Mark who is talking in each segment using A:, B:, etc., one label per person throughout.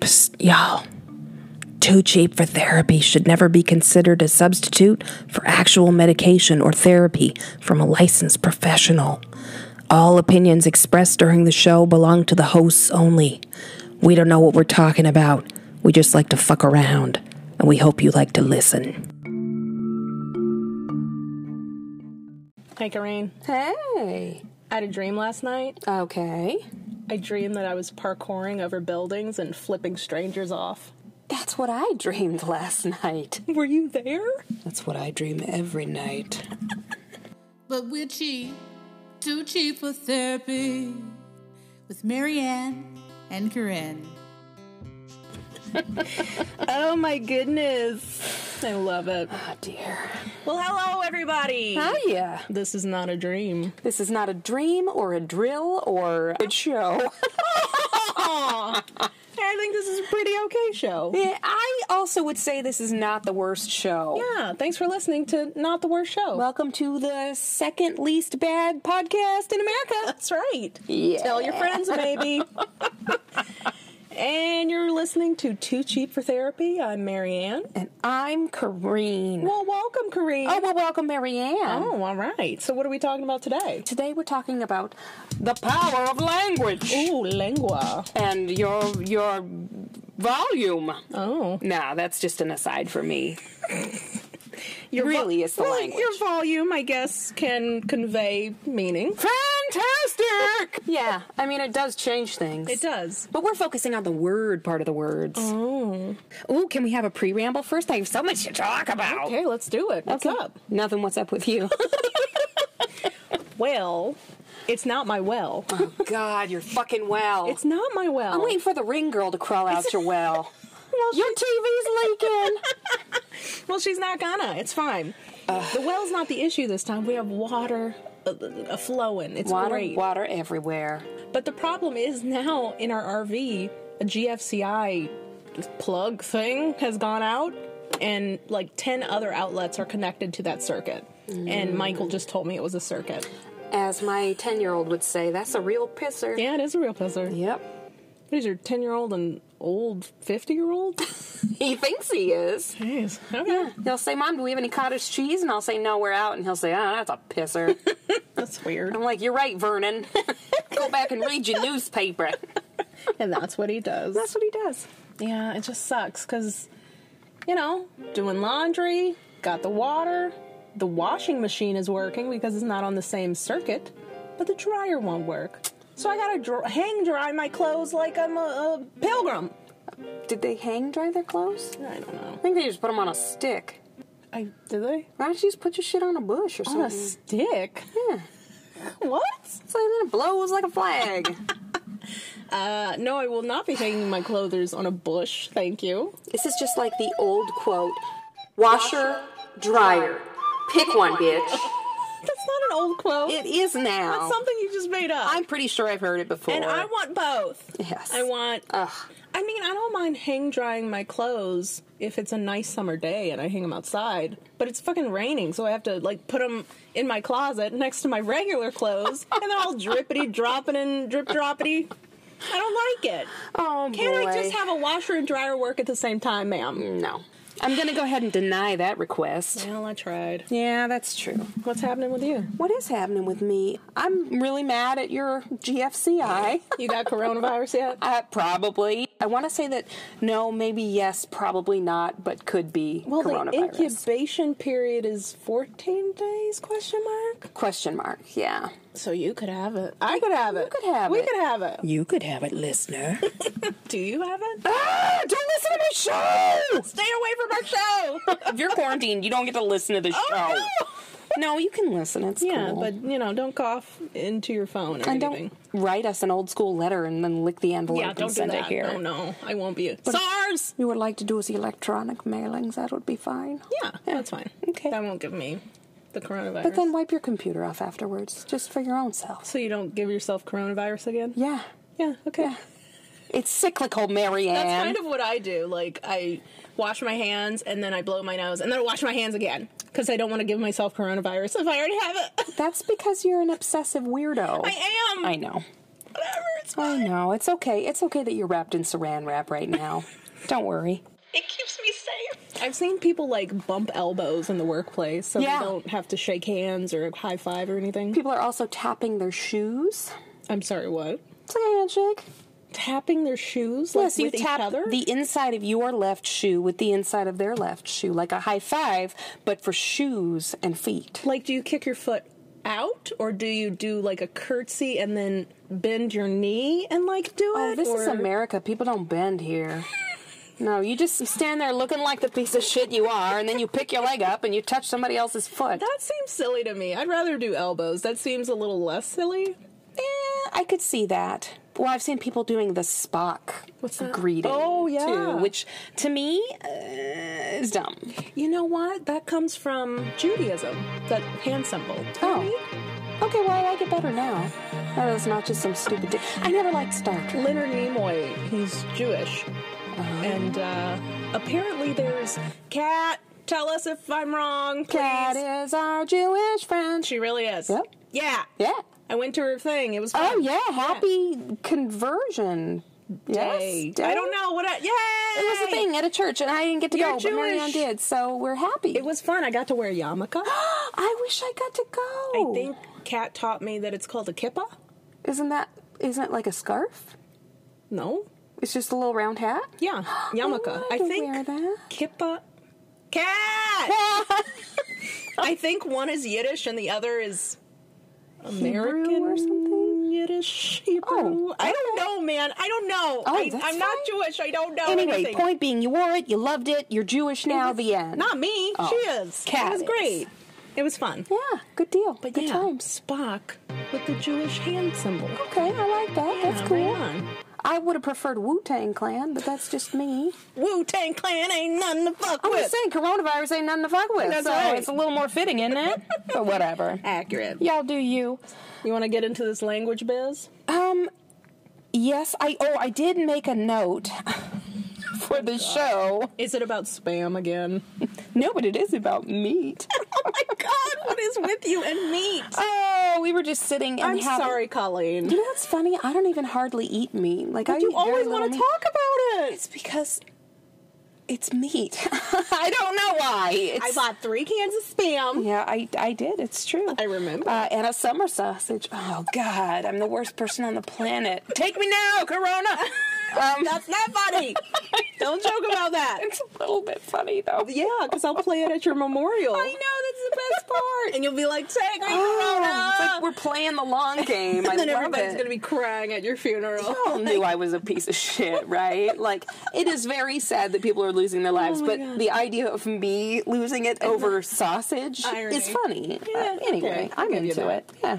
A: Psst, y'all. Too cheap for therapy should never be considered a substitute for actual medication or therapy from a licensed professional. All opinions expressed during the show belong to the hosts only. We don't know what we're talking about. We just like to fuck around, and we hope you like to listen.
B: Hey, Kareen.
A: Hey.
B: I had a dream last night.
A: Okay.
B: I dreamed that I was parkouring over buildings and flipping strangers off.
A: That's what I dreamed last night.
B: Were you there?
A: That's what I dream every night.
C: But we're cheap, too cheap for therapy. With Marianne and Corinne.
B: Oh my goodness. I love it.
A: Oh dear.
B: Well, hello, everybody.
A: yeah.
B: This is not a dream.
A: This is not a dream or a drill or a show.
B: I think this is a pretty okay show.
A: Yeah, Eh, I also would say this is not the worst show.
B: Yeah, thanks for listening to Not the Worst Show.
A: Welcome to the second least bad podcast in America.
B: that's right.
A: Yeah.
B: Tell your friends, maybe. and you're listening to Too Cheap for Therapy. I'm Marianne.
A: And I'm Kareen.
B: Well, welcome, Kareen.
A: Oh, well, welcome, Marianne.
B: Oh, all right. So, what are we talking about today?
A: Today we're talking about the power of language
B: Ooh, lengua.
A: and your your volume.
B: Oh,
A: Nah, that's just an aside for me.
B: your
A: really is the
B: well,
A: language.
B: Your volume, I guess, can convey meaning.
A: Fantastic! yeah, I mean, it does change things.
B: It does.
A: But we're focusing on the word part of the words. Oh. Ooh, can we have a pre ramble first? I have so much to talk about.
B: Okay, let's do it. What's
A: Okay.
B: up?
A: Nothing. What's up with you?
B: Well, it's not my well.
A: oh, God, you're fucking well.
B: It's not my well.
A: I'm waiting for the ring girl to crawl out your well.
B: Oh,
A: Your TV's
B: Well,
A: leaking.
B: Well, she's not gonna. It's fine. the well's not the issue this time. We have water uh, uh, flowing. It's
A: water,
B: great.
A: water everywhere.
B: But the problem is now in our RV, a GFCI plug thing has gone out, and like 10 other outlets are connected to that circuit. And Michael just told me it was a circuit.
A: As my 10 year old would say, that's a real pisser.
B: Yeah, it is a real pleasure.
A: Yep.
B: What is your 10 year old and old 50 year old?
A: He thinks he is.
B: Jeez. Okay.
A: He'll say, Mom, do we have any cottage cheese? And I'll say, No, we're out. And he'll say, Oh, that's a pisser.
B: That's weird.
A: I'm like, You're right, Vernon. Go back and read your newspaper.
B: And that's what he does.
A: That's what he does.
B: Yeah, it just sucks because, you know, doing laundry, got the water, the washing machine is working because it's not on the same circuit, but the dryer won't work. So I gotta dr- hang dry my clothes like I'm a, a pilgrim.
A: Did they hang dry their clothes?
B: I don't know.
A: I think they just put them on a stick.
B: I did they
A: Why don't you just put your shit on a bush or
B: on
A: something?
B: a stick?
A: Yeah.
B: What?
A: So then it blows like a flag.
B: Uh, no, I will not be hanging my clothes on a bush. Thank you.
A: this is just like the old quote washer, dryer. Pick one, bitch.
B: That's not an old quote.
A: It is now.
B: That's something you just made up.
A: I'm pretty sure I've heard it before.
B: and I want both.
A: Yes.
B: I want
A: Ugh.
B: I mean, I don't mind hang drying my clothes if it's a nice summer day and I hang them outside, but it's fucking raining, so I have to like put them in my closet next to my regular clothes, and they're all drippity dropping and drip droppity. I don't like it.
A: Oh,
B: Can
A: boy.
B: I just have a washer and dryer work at the same time, ma'am?
A: No. I'm going to go ahead and deny that request.
B: Well, I tried.
A: Yeah, that's true.
B: What's happening with you?
A: What is happening with me? I'm really mad at your GFCI.
B: You got coronavirus yet?
A: Uh, probably. I want to say that no, maybe yes, probably not, but could be
B: Well, the
A: coronavirus.
B: incubation period is 14 days? Question mark.
A: Question mark. Yeah.
B: So you could have it. I could have it.
A: could have
B: we
A: it.
B: could have it.
A: You could have it, listener.
B: Do you have it?
A: ah, don't listen to my show.
B: Stay away from our show. Oh,
A: If you're quarantined, you don't get to listen to the show. Oh, no. you can listen. It's
B: Yeah,
A: cool.
B: but you know, don't cough into your phone or
A: and
B: anything.
A: don't write us an old school letter and then lick the envelope and send it here.
B: Oh no, I won't be. SARS.
A: You would like to do us electronic mailings. That would be fine.
B: Yeah, that's fine.
A: Okay.
B: that won't give me the coronavirus.
A: But then wipe your computer off afterwards, just for your own self.
B: so you don't give yourself coronavirus again.
A: Yeah.
B: Yeah. Okay.
A: Yeah. It's cyclical, Marianne.
B: That's kind of what I do. Like I wash my hands and then I blow my nose and then I wash my hands again. because I don't want to give myself coronavirus if I already have it.
A: That's because you're an obsessive weirdo.
B: I am.
A: I know.
B: Whatever. It's
A: I
B: fine.
A: know. It's okay. It's okay that you're wrapped in saran wrap right now. Don't worry.
B: It keeps me safe. I've seen people like bump elbows in the workplace so
A: Yeah.
B: they don't have to shake hands or high five or anything.
A: People are also tapping their shoes.
B: I'm sorry, what?
A: It's like a handshake.
B: Tapping their shoes like
A: Yes, you
B: with
A: tap
B: each other?
A: the inside of your left shoe with the inside of their left shoe, like a high five, but for shoes and feet.
B: like do you kick your foot out or do you do like a curtsy and then bend your knee and like do
A: Oh,
B: it?
A: this is
B: or-
A: America. People don't bend here. No, you just stand there looking like the piece of shit you are, and then you pick your leg up and you touch somebody else's foot.
B: That seems silly to me. I'd rather do elbows. That seems a little less silly.
A: Eh, I could see that. Well, I've seen people doing the Spock
B: What's that?
A: greeting.
B: Oh, yeah.
A: too, which to me uh, is dumb.
B: You know what? That comes from Judaism, that hand symbol.
A: Oh. Okay, well, I like it better now. That it's not just some stupid. Di- I never liked Star Trek.
B: Leonard Nimoy, he's Jewish.
A: Uh-huh.
B: And uh, apparently there's. Cat, tell us if I'm wrong, please.
A: That is our Jewish friend.
B: She really is.
A: Yep.
B: Yeah.
A: Yeah.
B: I went to her thing. It was
A: Oh
B: fun.
A: yeah, happy conversion. Yes,
B: Hey.
A: day.
B: I don't know what I. Yay!
A: It was a thing at a church, and I didn't get to
B: You're
A: go, but Marianne
B: Jewish.
A: did. So we're happy.
B: It was fun. I got to wear a yarmulke.
A: I wish I got to go.
B: I think Kat taught me that it's called a kippah.
A: isn't that isn't it like a scarf?
B: No?
A: It's just a little round hat.
B: Yeah, yarmulke.
A: wanted
B: I,
A: Oh, to
B: think
A: wear that.
B: kippa. Cat. I think one is Yiddish and the other is American
A: Hebrew or
B: or something. Yiddish. Hebrew.
A: Oh,
B: I don't know, man. I don't know.
A: Oh,
B: I,
A: that's
B: I'm not
A: fine.
B: Jewish. I don't know.
A: anyway,
B: anything.
A: point being, you wore it, you loved it, you're Jewish now. the end.
B: Not me.
A: Oh,
B: She is.
A: Kat
B: it was
A: is.
B: great. It was fun.
A: yeah, good deal.
B: But
A: good
B: yeah,
A: times.
B: Spock with the Jewish hand symbol.
A: Okay, I like that.
B: Yeah,
A: that's cool.
B: right on.
A: I would have preferred Wu Tang Clan, but that's just me.
B: Wu Tang Clan ain't nothing to fuck
A: I'm
B: with.
A: just saying, coronavirus ain't nothing to fuck with.
B: That's
A: so
B: right.
A: it's a little more fitting, isn't it? but whatever.
B: Accurate.
A: Y'all do you.
B: You want to get into this language biz?
A: Um, yes, I. Oh, I did make a note
B: Oh
A: for the show.
B: Is it about spam again?
A: No, but it is about meat.
B: oh my god, what is with you and meat?
A: oh, we were just sitting and
B: I'm
A: having-
B: sorry, Colleen.
A: You know what's funny? I don't even hardly eat meat. Like I
B: But you
A: eat very
B: always
A: little
B: want to
A: meat.
B: talk about it.
A: It's because it's meat. I don't know why. It's,
B: I bought three cans of spam.
A: Yeah, I, I did. It's true.
B: I remember.
A: Uh, and a summer sausage. Oh, God. I'm the worst person on the planet. Take me now, Corona. Um,
B: That's not funny. Don't joke about that.
A: it's a little bit funny, though.
B: Yeah, because I'll play it at your memorial.
A: I know. That's the best part.
B: And you'll be like, take me,
A: oh, it's like
B: Corona.
A: we're playing the long game. I
B: and then
A: love
B: everybody's
A: it.
B: going to be crying at your funeral.
A: People knew I was a piece of shit, right? Like, it is very sad that people are losing their lives,
B: Oh my
A: but
B: God.
A: the idea of me losing it over sausage
B: Irony.
A: is funny. Uh,
B: Yeah,
A: anyway,
B: okay, I'll
A: I'm
B: give you
A: into
B: that.
A: it. Yeah.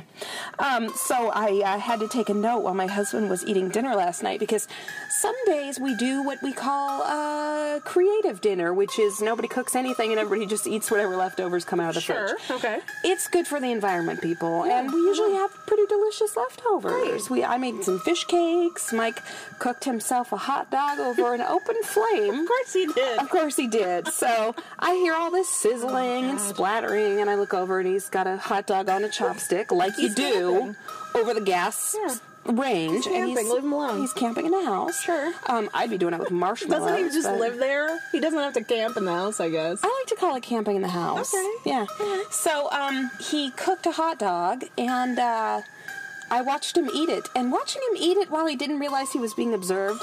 A: Um, so I uh, had to take a note while my husband was eating dinner last night because some days we do what we call uh, creative dinner, which is nobody cooks anything and everybody just eats whatever leftovers come out of the
B: Sure,
A: fridge.
B: okay. uh-huh.
A: It's good for the environment, people, and we usually have pretty delicious leftovers. We I made some fish cakes. Mike cooked himself a hot dog over an open flame.
B: Of course he did.
A: Of course he did. So I hear all this sizzling
B: Oh,
A: and splattering, and I look over and he's got a hot dog on a chopstick, like you
B: He's
A: do, over the gas
B: Yeah.
A: range. and
B: camping. Leave him alone.
A: He's camping in the house.
B: Sure.
A: Um, I'd be doing it with marshmallows.
B: Doesn't he just
A: but-
B: live there? He doesn't have to camp in the house, I guess.
A: I like to call it camping in the house.
B: Okay.
A: Yeah. So um, he cooked a hot dog, and uh, I watched him eat it. And watching him eat it while he didn't realize he was being observed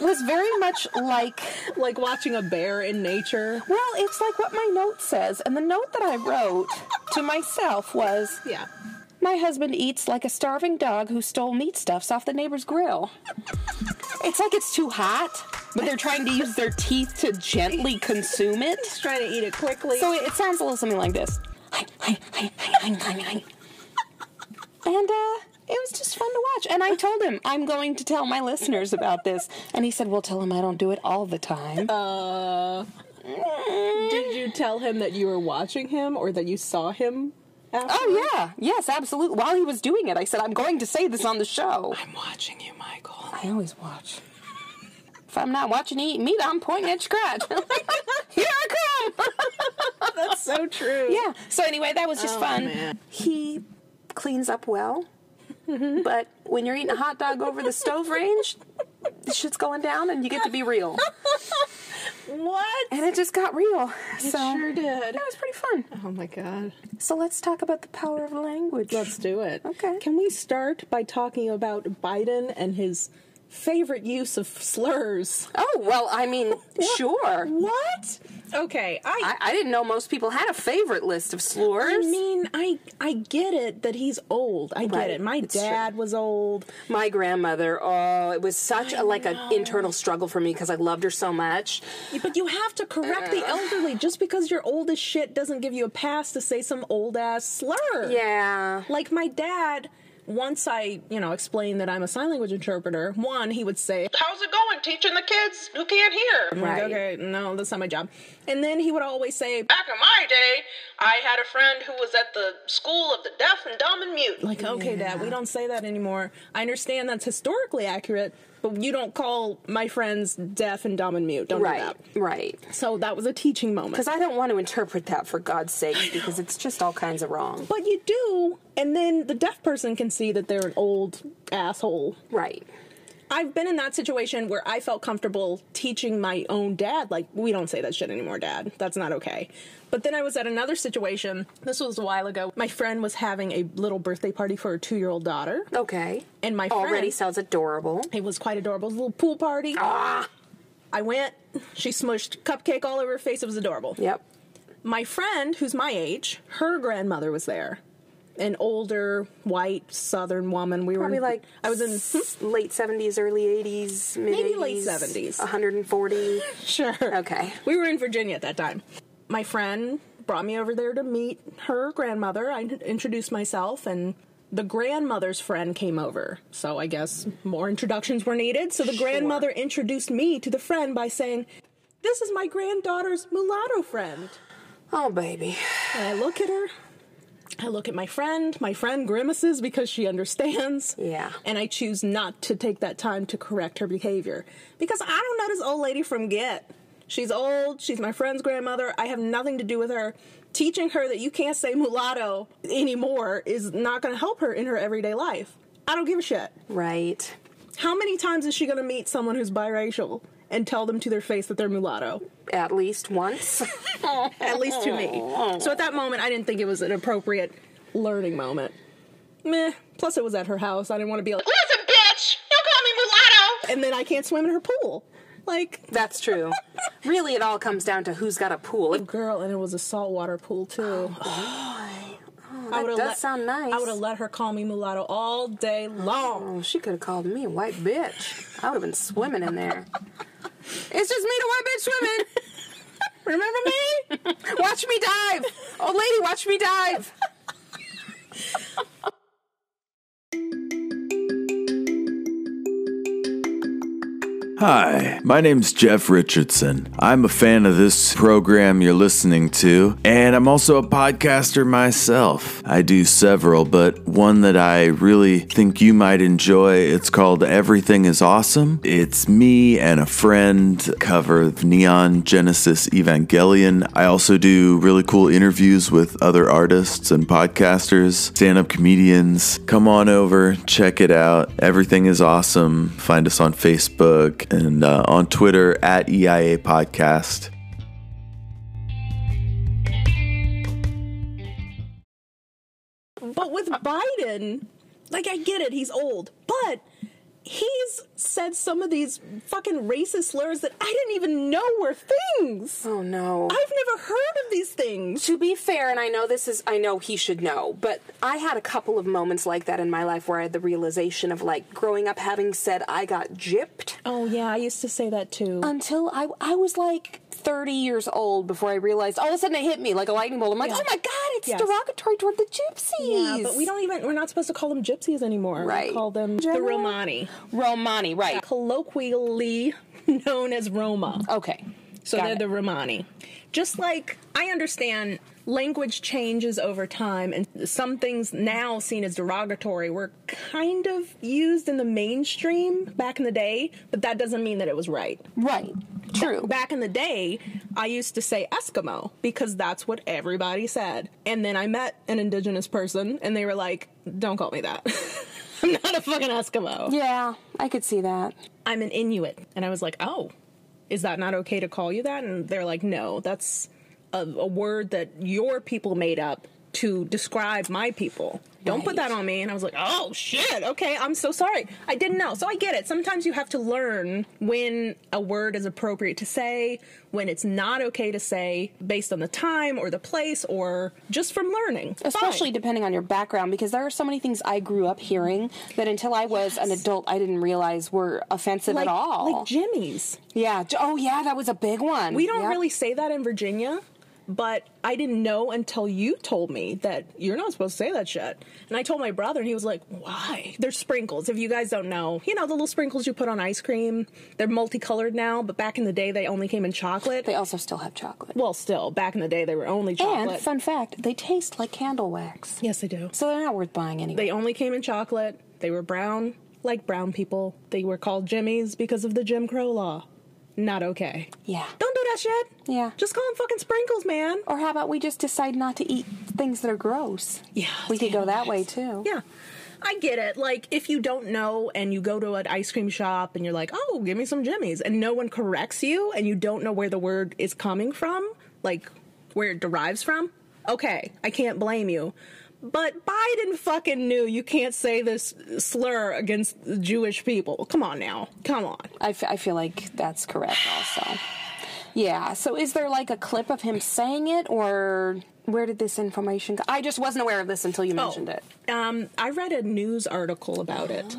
A: was very much like,
B: Like watching a bear in nature.
A: well, it's like what my note says. And the note that I wrote to myself was,
B: Yeah.
A: my husband eats like a starving dog who stole meat stuffs off the neighbor's grill. It's like it's too hot, but they're trying to use their teeth to gently consume it.
B: Just trying to eat it quickly.
A: So it sounds a little something like this. and uh, it was just fun to watch. And I told him, I'm going to tell my listeners about this. And he said, Well, tell them I don't do it all the time.
B: Uh, did you tell him that you were watching him or that you saw him? After?
A: oh, yeah. Yes, absolutely. While he was doing it, I said, I'm going to say this on the show.
B: I'm watching you, Michael.
A: I always watch. If I'm not watching you eat meat, I'm pointing at scratch. Here I come.
B: That's so true.
A: Yeah. So anyway, that was just
B: Oh,
A: fun.
B: man.
A: He cleans up well, but when you're eating a hot dog over the stove range, the shit's going down, and you get to be real.
B: What?
A: And it just got real. so
B: sure did.
A: It was pretty fun.
B: Oh my god.
A: So let's talk about the power of language.
B: Let's do it.
A: Okay.
B: Can we start by talking about Biden and his favorite use of slurs?
A: oh well, I mean, sure.
B: What? Okay.
A: I, I didn't know most people had a favorite list of
B: I
A: slurs.
B: mean, I I get it that he's old. I get
A: Right,
B: it. My
A: it's true.
B: dad was old.
A: My grandmother, oh, it was such a, like an internal struggle for me because I loved her so much.
B: But you have to correct the elderly. Just because you're old as shit doesn't give you a pass to say some old ass slur.
A: Yeah.
B: Like my dad, once I, you know, explained that I'm a sign language interpreter, one, he would say, How's it going teaching the kids who can't hear? I'm like,
A: Right.
B: okay, no, that's not my job. And then he would always say, Back in my day, I had a friend who was at the school of the deaf and dumb and mute. Like, okay, dad, we don't say that anymore. I understand that's historically accurate, but you don't call my friends deaf and dumb and mute. Don't do
A: Right,
B: that.
A: right.
B: So that was a teaching moment.
A: Because I don't want to interpret that for God's sake, because it's just all kinds of wrong.
B: But you do, and then the deaf person can see that they're an old asshole.
A: Right.
B: I've been in that situation where I felt comfortable teaching my own dad, like, we don't say that shit anymore, dad. That's not okay. But then I was at another situation. This was a while ago. My friend was having a little birthday party for her two year old daughter,
A: Okay.
B: and my
A: Already
B: friend.
A: sounds adorable.
B: It was quite adorable. It was a little pool party.
A: Ah.
B: I went. She smushed cupcake all over her face. It was adorable.
A: Yep.
B: my friend who's my age her grandmother was there an older white southern woman we
A: Probably
B: were
A: like
B: i was in
A: s- late seventies, early eighties, mid
B: Maybe late 70s.
A: one hundred and forty.
B: sure
A: Okay.
B: we were in virginia at that time my friend brought me over there to meet her grandmother i introduced myself and the grandmother's friend came over so i guess more introductions were needed so the grandmother introduced me to the friend by saying this is my granddaughter's mulatto friend
A: Oh baby.
B: And I look at her. I look at my friend. My friend grimaces because she understands.
A: Yeah.
B: And I choose not to take that time to correct her behavior because I don't know this old lady from get. She's old. She's my friend's grandmother. I have nothing to do with her. Teaching her that you can't say mulatto anymore is not going to help her in her everyday life. I don't give a shit.
A: Right.
B: How many times is she going to meet someone who's biracial and tell them to their face that they're mulatto?
A: At least once.
B: at least to me. So at that moment, I didn't think it was an appropriate learning moment. Meh. Plus, it was at her house. I didn't want to be like,
D: Listen, bitch, you call me mulatto.
B: and then I can't swim in her pool. Like,
A: That's true. Really, it all comes down to who's got a pool. It
B: girl, and it was a saltwater pool too. I
A: Oh, that
B: would've
A: does sound nice.
B: I would have let her call me mulatto all day long.
A: Well, she could have called me a white bitch. I would have been swimming in there. It's just me, the white bitch, swimming.
B: Remember me? Oh,
A: Watch me dive! Old lady, watch me dive!
E: Hi, my name's Jeff Richardson. I'm a fan of this program you're listening to, and I'm also a podcaster myself. I do several, but one that I really think you might enjoy, it's called Everything is Awesome. It's me and a friend cover of Neon Genesis Evangelion. I also do really cool interviews with other artists and podcasters, stand-up comedians. Come on over, check it out. Everything is awesome. Find us on Facebook and uh, on Twitter at EIA Podcast.
B: But with Biden, like, I get it. He's old, but. He's said some of these fucking racist slurs that I didn't even know were things.
A: Oh no.
B: I've never heard of these things.
A: to be fair, and I know this is, I know he should know, but I had a couple of moments like that in my life where I had the realization of like growing up having said I got gypped
B: Oh yeah, I used to say that too.
A: until I, I was like 30 years old before I realized all of a sudden it hit me like a lightning bolt. I'm like,
B: Yeah.
A: oh my god, it's
B: Yes.
A: derogatory toward the gypsies.
B: yeah, but we don't even we're not supposed to call them gypsies anymore.
A: Right.
B: We call them the
A: General-
B: Romani,
A: Romani, right.
B: colloquially known as Roma.
A: Okay.
B: So
A: Got
B: they're
A: it.
B: the Romani. Just like I understand language changes over time and some things now seen as derogatory were kind of used in the mainstream back in the day, but that doesn't mean that it was right.
A: Right.
B: True. Back in the day, I used to say Eskimo because that's what everybody said. And then I met an indigenous person and they were like, don't call me that. I'm not a fucking Eskimo.
A: Yeah, I could see that.
B: I'm an Inuit. And I was like, oh, is that not okay to call you that? And they're like, no, that's a, a word that your people made up to describe my people. Don't put that on me. And I was like, oh shit, okay, I'm so sorry. I didn't know. So I get it. Sometimes you have to learn when a word is appropriate to say, when it's not okay to say, based on the time or the place or just from learning. Fine.
A: Especially depending on your background, because there are so many things I grew up hearing that until I was an adult, I didn't realize were offensive
B: like,
A: at all.
B: like Jimmy's.
A: yeah. j- Oh, yeah, that was a big one.
B: We don't
A: Yep.
B: really say that in Virginia, but I didn't know until you told me that you're not supposed to say that shit. And I told my brother, and he was like, "Why? They're sprinkles. If you guys don't know, you know the little sprinkles you put on ice cream. They're multicolored now, but back in the day they only came in chocolate.
A: They also still have chocolate.
B: well, still back in the day they were only chocolate.
A: And fun fact, they taste like candle wax,
B: yes, they do.
A: so they're not worth buying anyway.
B: They only came in chocolate. They were brown, like brown people. They were called Jimmies because of the Jim Crow law. Not okay.
A: yeah.
B: Don't do that shit.
A: Yeah.
B: Just call them fucking sprinkles, man.
A: Or how about we just decide not to eat things that are gross?
B: Yeah,
A: We could go that
B: damn
A: way
B: right.
A: too.
B: Yeah. I get it. Like, if you don't know and you go to an ice cream shop and you're like, oh, give me some Jimmy's, and no one corrects you and you don't know where the word is coming from, like where it derives from, okay, I can't blame you. But Biden fucking knew you can't say this slur against Jewish people. Come on now. Come on.
A: I, f- I feel like that's correct also. Yeah. So is there like a clip of him saying it or where did this information go? I just wasn't aware of this
B: Oh.
A: until you mentioned it.
B: Um, I read a news article about it.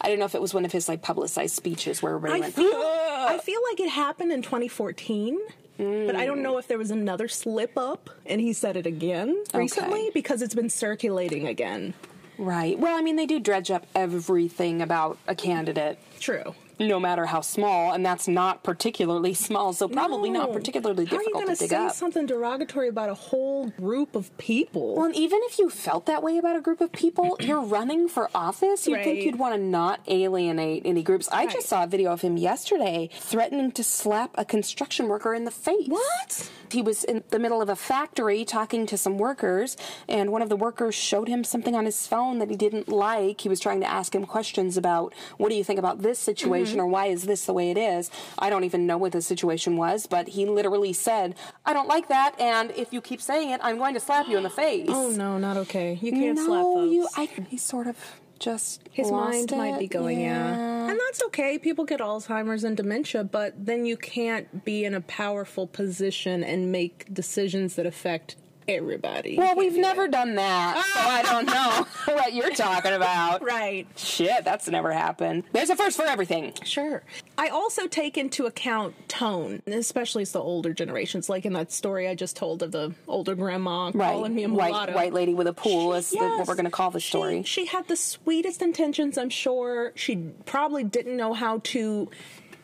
A: I don't know if it was one of his like publicized speeches where everybody
B: I
A: went,
B: feel, I feel like it happened in 2014, but I don't know if there was another slip up and he said it again recently because it's been circulating again.
A: right. Well, I mean, they do dredge up everything about a candidate.
B: True.
A: No matter how small, and that's not particularly small, so probably not particularly
B: Oh. How are you
A: difficult
B: gonna
A: to dig
B: say
A: up.
B: something derogatory about a whole group of people?
A: Well, and even if you felt that way about a group of people, you're running for office. You'd think
B: Right.
A: you'd want to not alienate any groups. I
B: Right.
A: just saw a video of him yesterday threatening to slap a construction worker in the face.
B: What?
A: He was in the middle of a factory talking to some workers, and one of the workers showed him something on his phone that he didn't like. He was trying to ask him questions about what do you think about this situation
B: Mm-hmm.
A: or why is this the way it is. I don't even know what the situation was, but he literally said, I don't like that, and if you keep saying it, I'm going to slap you in the face.
B: oh no, not okay. You can't
A: no,
B: slap those.
A: you. I. He sort of just
B: His
A: lost
B: mind might
A: it.
B: be going, yeah. And that's okay. People get Alzheimer's and dementia, but then you can't be in a powerful position and make decisions that affect everybody.
A: Well, we've never done that, so I don't know what you're talking about.
B: Ah! right.
A: Shit, that's never happened. There's a first for everything.
B: Sure. I also take into account tone, especially as the older generations, like in that story I just told of the older grandma calling me a mulatto.
A: white, white lady with a pool is the, what
B: Yes.
A: we're going to call the
B: She-
A: story.
B: She, had the sweetest intentions, I'm sure. She probably didn't know how to.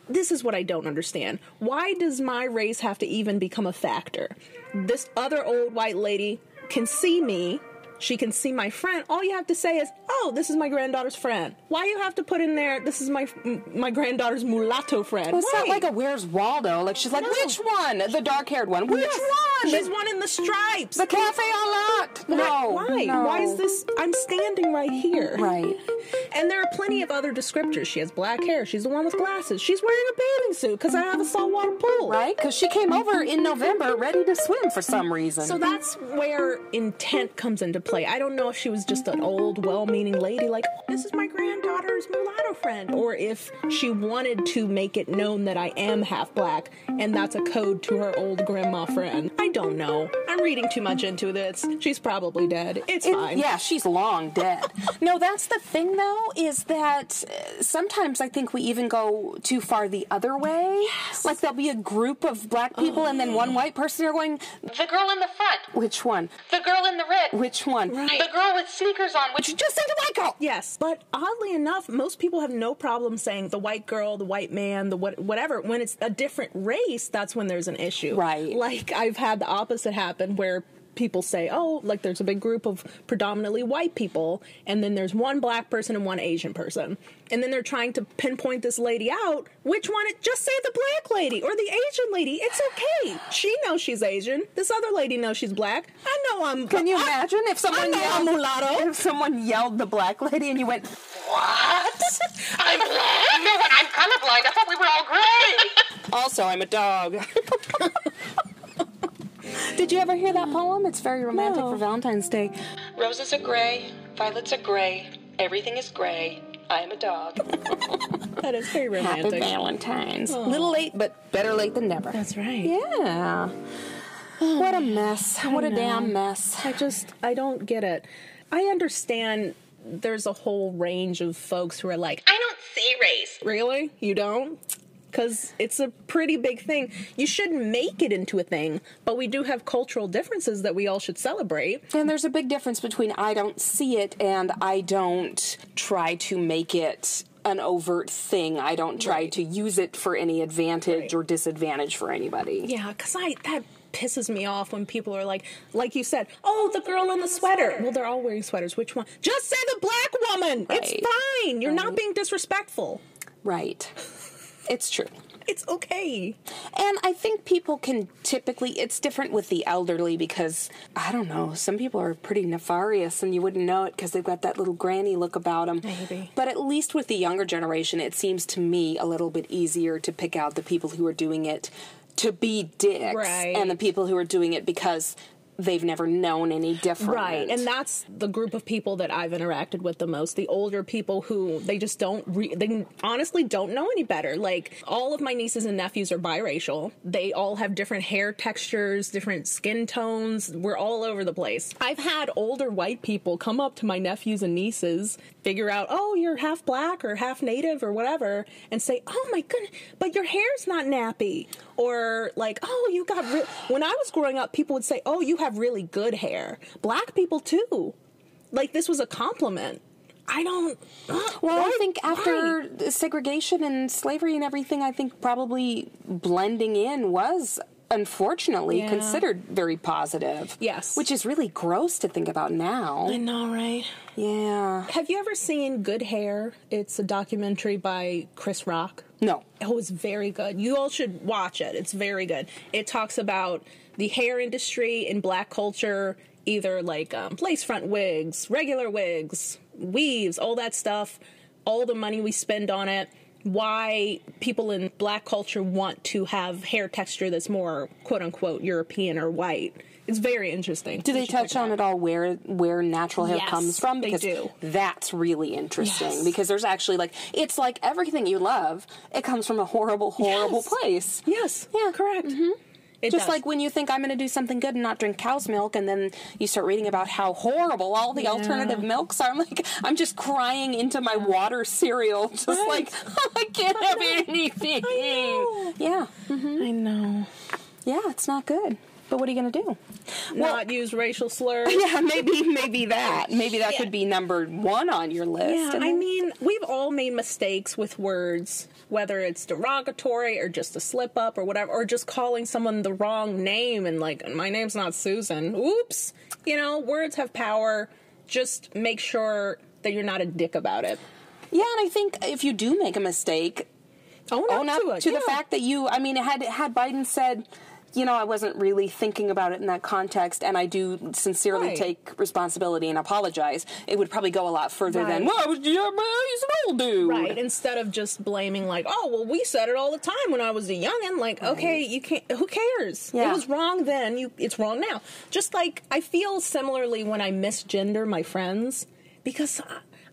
B: This is what I don't understand. Why does my race have to even become a factor? This other old white lady can see me. She can see my friend. All you have to say is, "Oh, this is my granddaughter's friend." Why you have to put in there? This is my my granddaughter's mulatto friend.
A: it's not
B: Why?
A: like a Where's Waldo. Like she's like,
B: No.
A: which one? The dark-haired one. Which
B: Yes.
A: one?
B: She's one in the stripes.
A: the cafe a lot. No.
B: Why?
A: no.
B: Why is this? I'm standing right here.
A: Right.
B: And there are plenty of other descriptors. She has black hair. She's the one with glasses. She's wearing a bathing suit because I have a saltwater pool.
A: Right? Because she came over in November ready to swim for some reason.
B: So that's where intent comes into play. I don't know if she was just an old, well meaning lady, like, this is my granddaughter's mulatto friend, or if she wanted to make it known that I am half black, and that's a code to her old grandma friend. I don't know. I'm reading too much into this. She's probably dead. It's
A: It-
B: fine.
A: Yeah, she's long dead. no, that's the thing though, is that uh, sometimes I think we even go too far the other way. Like there'll be a group of black people and then one white person are going,
F: The girl in the front.
A: which one?
F: The girl in the red.
A: Which one?
F: The girl with sneakers on,
A: But
F: which
A: you just say the white girl.
B: Yes, but oddly enough, most people have no problem saying the white girl, the white man, the what, whatever. When it's a different race, that's when there's an issue.
A: Right.
B: Like I've had the opposite happen where people say, oh, like there's a big group of predominantly white people, and then there's one black person and one Asian person. And then they're trying to pinpoint this lady out. Which one? It, just say the black lady or the Asian lady. It's okay. She knows she's Asian. This other lady knows she's black. I know I'm.
A: Can you
B: I-
A: imagine if
B: I
A: someone
B: know I'm
A: yelled,
B: mulatto.
A: if someone yelled the black lady and you went,
F: I'm black? No, and I'm colorblind. I thought we were all gray.
A: also I'm a dog. Did you ever hear that poem? It's very romantic
B: Mm. No.
A: for Valentine's Day.
G: Roses are gray, violets are gray, everything is gray. I am a dog.
B: That is very
A: Happy
B: romantic. Oh.
A: Valentine's. Little late, but better late than never.
B: That's right. Oh,
A: Yeah. What a mess. What a damn mess.
B: I just I don't get it. I understand there's a whole range of folks who are like,
F: I don't see race.
B: really? You don't? Because it's a pretty big thing. You shouldn't make it into a thing, but we do have cultural differences that we all should celebrate.
A: And there's a big difference between I don't see it and I don't try to make it an overt thing. I don't try to use it for any advantage or disadvantage for anybody.
B: Yeah, because I that pisses me off when people are like, like you said, oh, the girl in the sweater. Well, they're all wearing sweaters. Which one? Just say the black woman.
A: Right.
B: It's fine. You're not being disrespectful.
A: Right. It's true.
B: It's okay.
A: And I think people can typically, it's different with the elderly because, I don't know, some people are pretty nefarious and you wouldn't know it because they've got that little granny look about them.
B: Maybe.
A: But at least with the younger generation, it seems to me a little bit easier to pick out the people who are doing it to be dicks
B: Right.
A: and the people who are doing it because they've never known any different.
B: Right. And that's the group of people that I've interacted with the most. The older people who they just don't, re- they honestly don't know any better. Like, all of my nieces and nephews are biracial. They all have different hair textures, different skin tones. We're all over the place. I've had older white people come up to my nephews and nieces, figure out, oh, you're half black or half native or whatever, and say, oh my goodness, but your hair's not nappy. Or like, oh, you got, re-. when I was growing up, people would say, oh, you have really good hair. Black people too. Like, this was a compliment. I don't.
A: Well, I
B: Why-
A: think
B: why?
A: after segregation and slavery and everything, I think probably blending in was unfortunately
B: Yeah.
A: considered very positive.
B: Yes.
A: Which is really gross to think about now.
B: know, right?
A: Yeah.
B: Have you ever seen Good Hair? It's a documentary by Chris Rock.
A: No.
B: Oh, it's very good. You all should watch it. It's very good. It talks about the hair industry in black culture, either like um, lace front wigs, regular wigs, weaves, all that stuff, all the money we spend on it, why people in black culture want to have hair texture that's more quote unquote European or white. It's very interesting.
A: Do they touch on at all where where natural hair
B: Yes,
A: comes from?
B: they
A: Because
B: do.
A: that's really interesting.
B: Yes.
A: Because there's actually like it's like everything you love, it comes from a horrible, horrible
B: Yes.
A: place.
B: Yes.
A: Yeah. Mm-hmm.
B: Correct. It
A: Just
B: does.
A: like when you think I'm going to do something good and not drink cow's milk, and then you start reading about how horrible all the alternative milks are. I'm like, I'm just crying into my water cereal, just like I can't have anything. Yeah, Mm-hmm.
B: I know.
A: yeah, it's not good. But what are you going to do?
B: Not use racial slurs.
A: Yeah, maybe, maybe that, maybe that could be number one on your list.
B: Yeah,
A: and
B: I
A: then-
B: mean, we've all made mistakes with words, whether it's derogatory or just a slip up or whatever, or just calling someone the wrong name and like, my name's not Susan. Oops. You know, words have power. Just make sure that you're not a dick about it.
A: yeah, and I think if you do make a mistake,
B: Own,
A: own up to,
B: it.
A: the
B: yeah.
A: fact that you i mean had had biden said you know i wasn't really thinking about it in that context and i do sincerely
B: Right.
A: take responsibility and apologize it would probably go a lot further than
B: Right.
A: well I was- yeah, man, he's an old dude
B: Right. Instead of just blaming, like, oh, well, we said it all the time when I was a youngin'. Like, okay, you can't. Who cares?
A: Yeah.
B: It was wrong then. You, it's wrong now. Just like I feel similarly when I misgender my friends because I-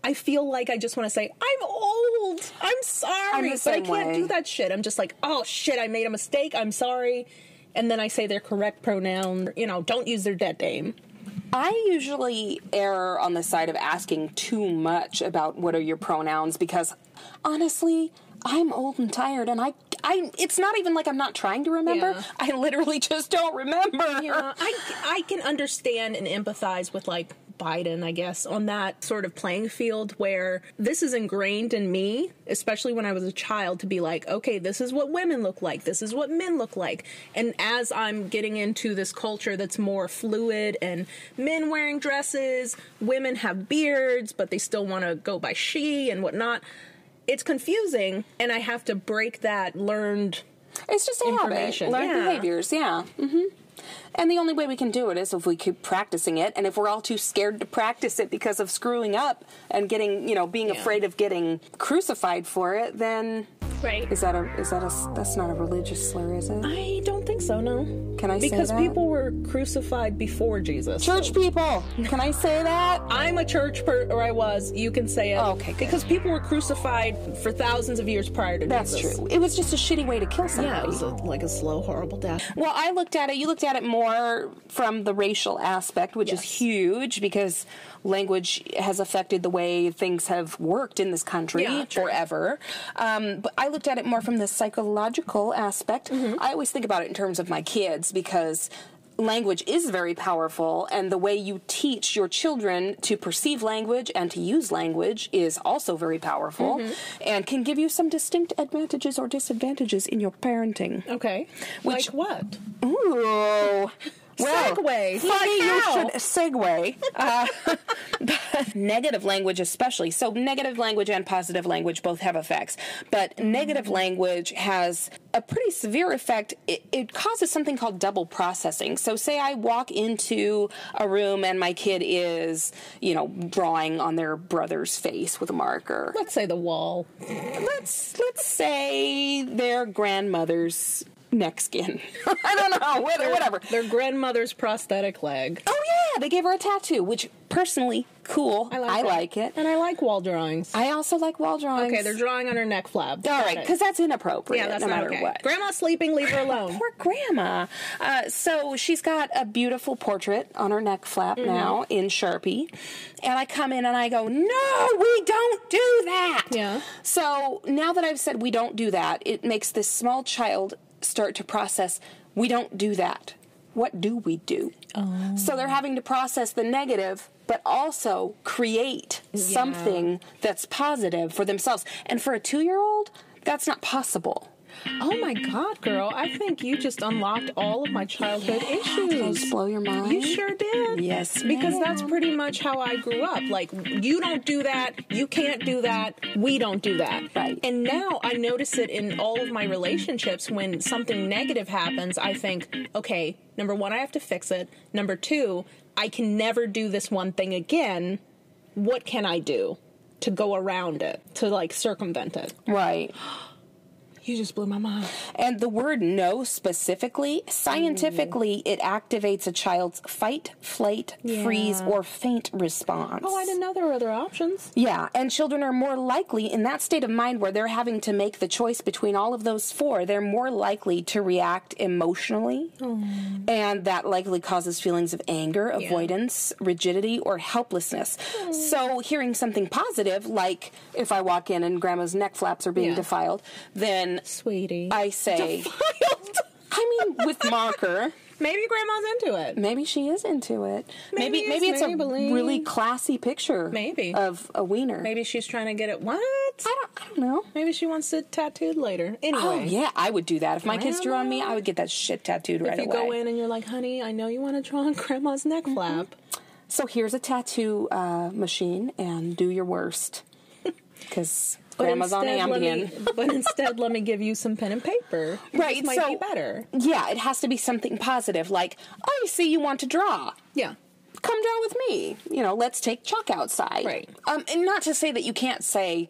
B: I feel like I just want to say I'm old. I'm sorry, but I
A: same
B: can't
A: way.
B: do that shit. I'm just like, oh shit, I made a mistake. I'm sorry. And then I say their correct pronoun. You know, don't use their dead name.
A: I usually err on the side of asking too much about what are your pronouns because honestly, I'm old and tired and I I it's not even like I'm not trying to remember.
B: Yeah.
A: I literally just don't remember.
B: Uh, Yeah, I I can understand and empathize with like Biden, I guess, on that sort of playing field where this is ingrained in me, especially when I was a child, to be like, okay, this is what women look like, this is what men look like. And as I'm getting into this culture that's more fluid and men wearing dresses, women have beards, but they still want to go by she and whatnot. It's confusing, and I have to break that learned
A: It's just a habit,
B: Information,
A: learned
B: yeah.
A: behaviors. Yeah. hmm And the only way we can do it is if we keep practicing it, and if we're all too scared to practice it because of screwing up and getting, you know, being afraid of getting crucified for it, then
B: Right.
A: is that a is that a s- that's not a religious slur, is it?
B: I don't think so, no.
A: Can I say
B: Because
A: that?
B: people were crucified before Jesus.
A: Church people, can I say that?
B: I'm a church per or I was, you can say it.
A: Oh, okay, good.
B: Because people were crucified for thousands of years prior to
A: That's
B: Jesus.
A: true. It was just a shitty way to kill somebody.
B: Yeah, it was a, like a slow, horrible death.
A: Well, I looked at it. You looked at it more from the racial aspect, which is
B: Yes.
A: huge because language has affected the way things have worked in this country
B: Yeah, true.
A: forever. Um, but I looked at it more from the psychological aspect.
B: Mm-hmm.
A: I always think about it in terms of my kids because. Language is very powerful, and the way you teach your children to perceive language and to use language is also very powerful
B: Mm-hmm.
A: and can give you some distinct advantages or disadvantages in your parenting.
B: Okay.
A: Which-
B: like what?
A: Ooh. Well,
B: Segue.
A: Maybe you
B: Fuck
A: should segue. Uh, but negative language, especially. So, negative language and positive language both have effects. But negative language has a pretty severe effect. It, it causes something called double processing. So, say I walk into a room and my kid is, you know, drawing on their brother's face with a marker
B: Let's say the wall.
A: let's let's say their grandmother's neck skin. I don't know, whether whatever.
B: Their grandmother's prosthetic leg.
A: Oh yeah, they gave her a tattoo, which personally cool. I like,
B: that.
A: it.
B: And I like wall drawings.
A: I also like wall drawings.
B: Okay, they're drawing on her neck flap.
A: all
B: Got
A: right
B: it.
A: because that's inappropriate.
B: yeah, that's
A: no
B: not
A: matter
B: okay.
A: what.
B: Grandma's sleeping, leave her alone.
A: Poor grandma. Uh, so she's got a beautiful portrait on her neck flap now in Sharpie. And I come in and I go, No, we don't do that.
B: Yeah.
A: So now that I've said we don't do that, it makes this small child start to process, We don't do that. What do we do? So they're having to process the negative, but also create something that's positive for themselves. And for a two year old, that's not possible.
B: Oh my god, girl. I think you just unlocked all of my childhood issues.
A: Those blow your mind.
B: You sure did.
A: Yes,
B: Because
A: ma'am.
B: that's pretty much how I grew up. Like, you don't do that, you can't do that, we don't do that.
A: Right.
B: And now I notice it in all of my relationships when something negative happens, I think, okay, number one, I have to fix it. Number two, I can never do this one thing again. What can I do to go around it, to like circumvent it?
A: Right.
B: You just blew my mind.
A: And the word no specifically, scientifically,
B: Mm.
A: it activates a child's fight, flight, freeze, or faint response.
B: Oh, I didn't know there were other options.
A: Yeah, and children are more likely in that state of mind where they're having to make the choice between all of those four, they're more likely to react emotionally.
B: Mm.
A: And that likely causes feelings of anger, avoidance, rigidity, or helplessness.
B: Mm.
A: So, hearing something positive, like if I walk in and grandma's neck flaps are being
B: Yeah.
A: defiled, then
B: Sweetie.
A: I say, I mean, with marker,
B: Maybe grandma's into it.
A: maybe she is into it. Maybe
B: Maybe
A: maybe
B: it's
A: it's a
B: Maybelline.
A: really classy picture.
B: Maybe.
A: of a wiener.
B: Maybe she's trying to get it. What?
A: I don't. I don't know.
B: Maybe she wants it tattooed later. Anyway.
A: Oh yeah, I would do that if my kids drew on me. I would get that shit tattooed right
B: If you
A: away. Mm-hmm.
B: go in and you're like, honey, I know you want to draw on grandma's neck flap.
A: So here's a tattoo uh, machine, and do your worst, because
B: But
A: grandma's on
B: instead, let
A: Ambien.
B: me- but instead, let me give you some pen and paper.
A: Right,
B: This might
A: so-
B: be better.
A: Yeah, it has to be something positive, like "Oh, I see you want to draw.
B: Yeah.
A: come down with me. You know, let's take Chuck outside.
B: Right.
A: Um, and not to say that you can't say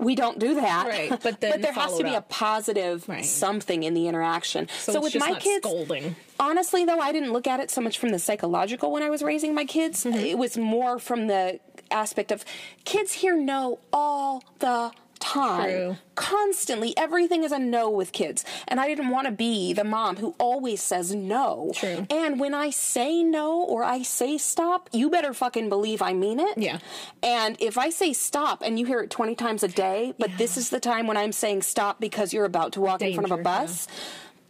A: we don't do that.
B: Right, but then
A: there has
B: follow
A: to
B: it
A: be
B: up.
A: a positive
B: Right.
A: something in the interaction. So,
B: it's
A: with
B: just
A: my
B: not
A: kids,
B: scolding.
A: honestly though, I didn't look at it so much from the psychological when I was raising my kids.
B: Mm-hmm.
A: It was more from the aspect of kids here know all the time
B: True.
A: constantly everything is a no with kids and i didn't want to be the mom who always says no
B: True.
A: and when i say no or i say stop you better fucking believe i mean it
B: Yeah.
A: and if i say stop and you hear it 20 times a day but this is the time when i'm saying stop because you're about to walk in front of a
B: Danger, yeah.
A: bus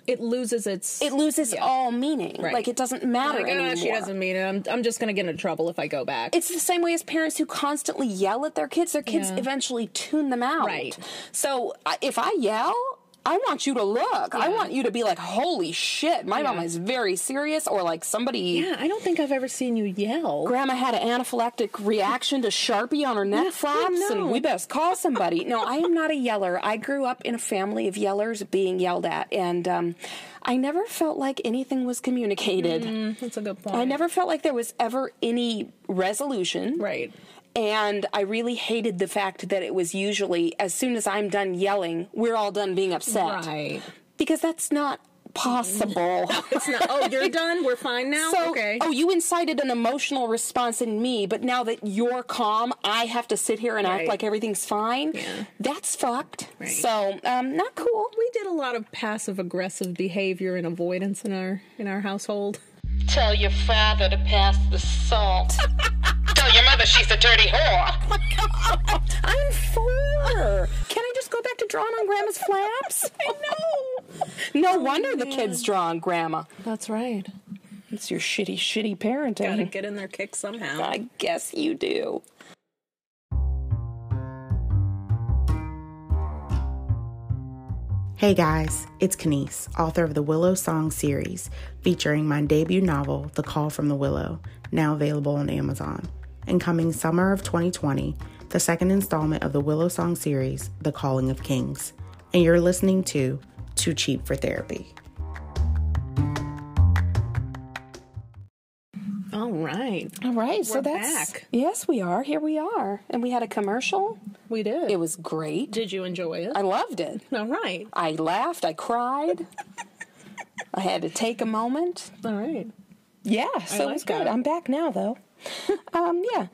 B: it loses its.
A: it loses all meaning.
B: Right.
A: Like it doesn't matter
B: like, "Ah,
A: anymore.
B: she doesn't mean it. I'm, I'm just gonna get into trouble if I go back.
A: it's the same way as parents who constantly yell at their kids. Their kids
B: Yeah.
A: eventually tune them out.
B: Right.
A: So I- if I yell, I want you to look. I want you to be like, "Holy shit, my mama is very serious," or like somebody.
B: yeah, I don't think I've ever seen you yell.
A: Grandma had an anaphylactic reaction to Sharpie on her neck flaps, and we best call somebody. No, I am not a yeller. I grew up in a family of yellers being yelled at, and um, I never felt like anything was communicated.
B: That's a good point.
A: I never felt like there was ever any resolution.
B: Right.
A: And I really hated the fact that it was usually as soon as I'm done yelling, we're all done being upset.
B: Right.
A: Because that's not possible.
B: It's not. Oh, you're done. We're fine now.
A: So,
B: okay.
A: oh, you incited an emotional response in me, but now that you're calm, I have to sit here and
B: Right.
A: act like everything's fine.
B: Yeah.
A: That's fucked.
B: Right.
A: So, um, not cool.
B: we did a lot of passive aggressive behavior and avoidance in our in our household.
G: Tell your father to pass the salt.
F: Tell your mother she's a dirty whore.
A: I'm four. Can I just go back to drawing on Grandma's flaps? I know. No
B: Oh,
A: wonder the kids draw on Grandma.
B: That's right.
A: It's your shitty, shitty
B: Gotta
A: parenting.
B: get in their kick somehow.
A: I guess you do.
H: Hey guys, it's Kanice, author of the Willow Song series, featuring my debut novel, The Call from the Willow, now available on Amazon. And coming summer of 2020, the second installment of the Willow Song series, The Calling of Kings. And you're listening to Too Cheap for Therapy.
B: All right.
A: All right, so
B: We're
A: that's
B: back.
A: yes, we are. Here we are, and we had a commercial.
B: We did.
A: It was great.
B: did you enjoy it?
A: I loved it.
B: All right.
A: I laughed. I cried. I had to take a moment.
B: All right.
A: Yeah, so it was
B: like
A: good.
B: that.
A: I'm back now, though. um, yeah.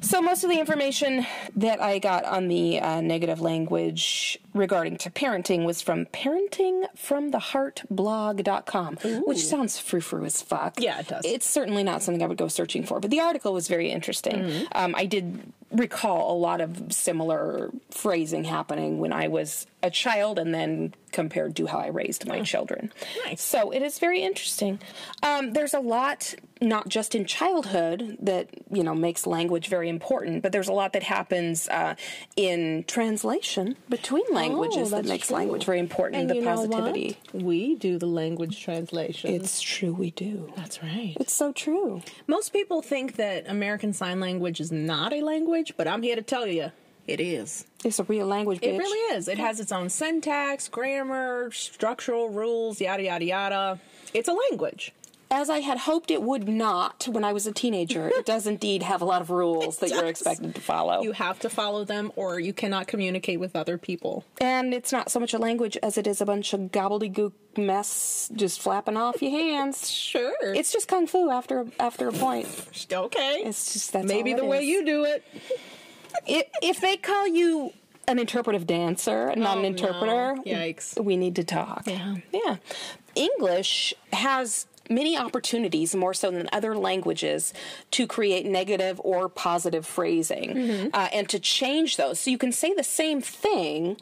A: So most of the information that I got on the uh, negative language regarding to parenting was from parentingfromtheheartblog.com, which sounds frou-frou as fuck.
B: Yeah, it does.
A: It's certainly not something I would go searching for, but the article was very interesting.
B: Mm-hmm.
A: Um, I did recall a lot of similar phrasing happening when I was a child and then compared to how I raised my children.
B: Nice.
A: So it is very interesting. Um, there's a lot, not just in childhood, that you know makes language very important, but there's a lot that happens uh, in translation between languages that
B: Oh, that's
A: makes
B: true.
A: language very important.
B: And
A: the
B: you know what?
A: positivity.
B: We do the language translation.
A: It's true, we do.
B: That's right.
A: It's so true.
B: Most people think that American Sign Language is not a language, but I'm here to tell you it is.
A: It's a real language, bitch.
B: It really is. It has its own syntax, grammar, structural rules, yada, yada, yada. It's a language.
A: As I had hoped it would not when I was a teenager, it does indeed have a lot of rules that you're
B: does.
A: expected to follow.
B: You have to follow them or you cannot communicate with other people.
A: And it's not so much a language as it is a bunch of gobbledygook mess just flapping off your hands.
B: Sure. It's
A: It's just kung fu after after a point.
B: okay.
A: It's just that's
B: Maybe
A: all it
B: the way
A: is.
B: you do it.
A: if, if they call you an interpretive dancer, and not an
B: Oh, no.
A: interpreter,
B: Yikes.
A: we need to talk. Yeah. Yeah. English has many opportunities more so than other languages to create negative or positive phrasing
B: Mm-hmm.
A: uh, and to change those. So you can say the same thing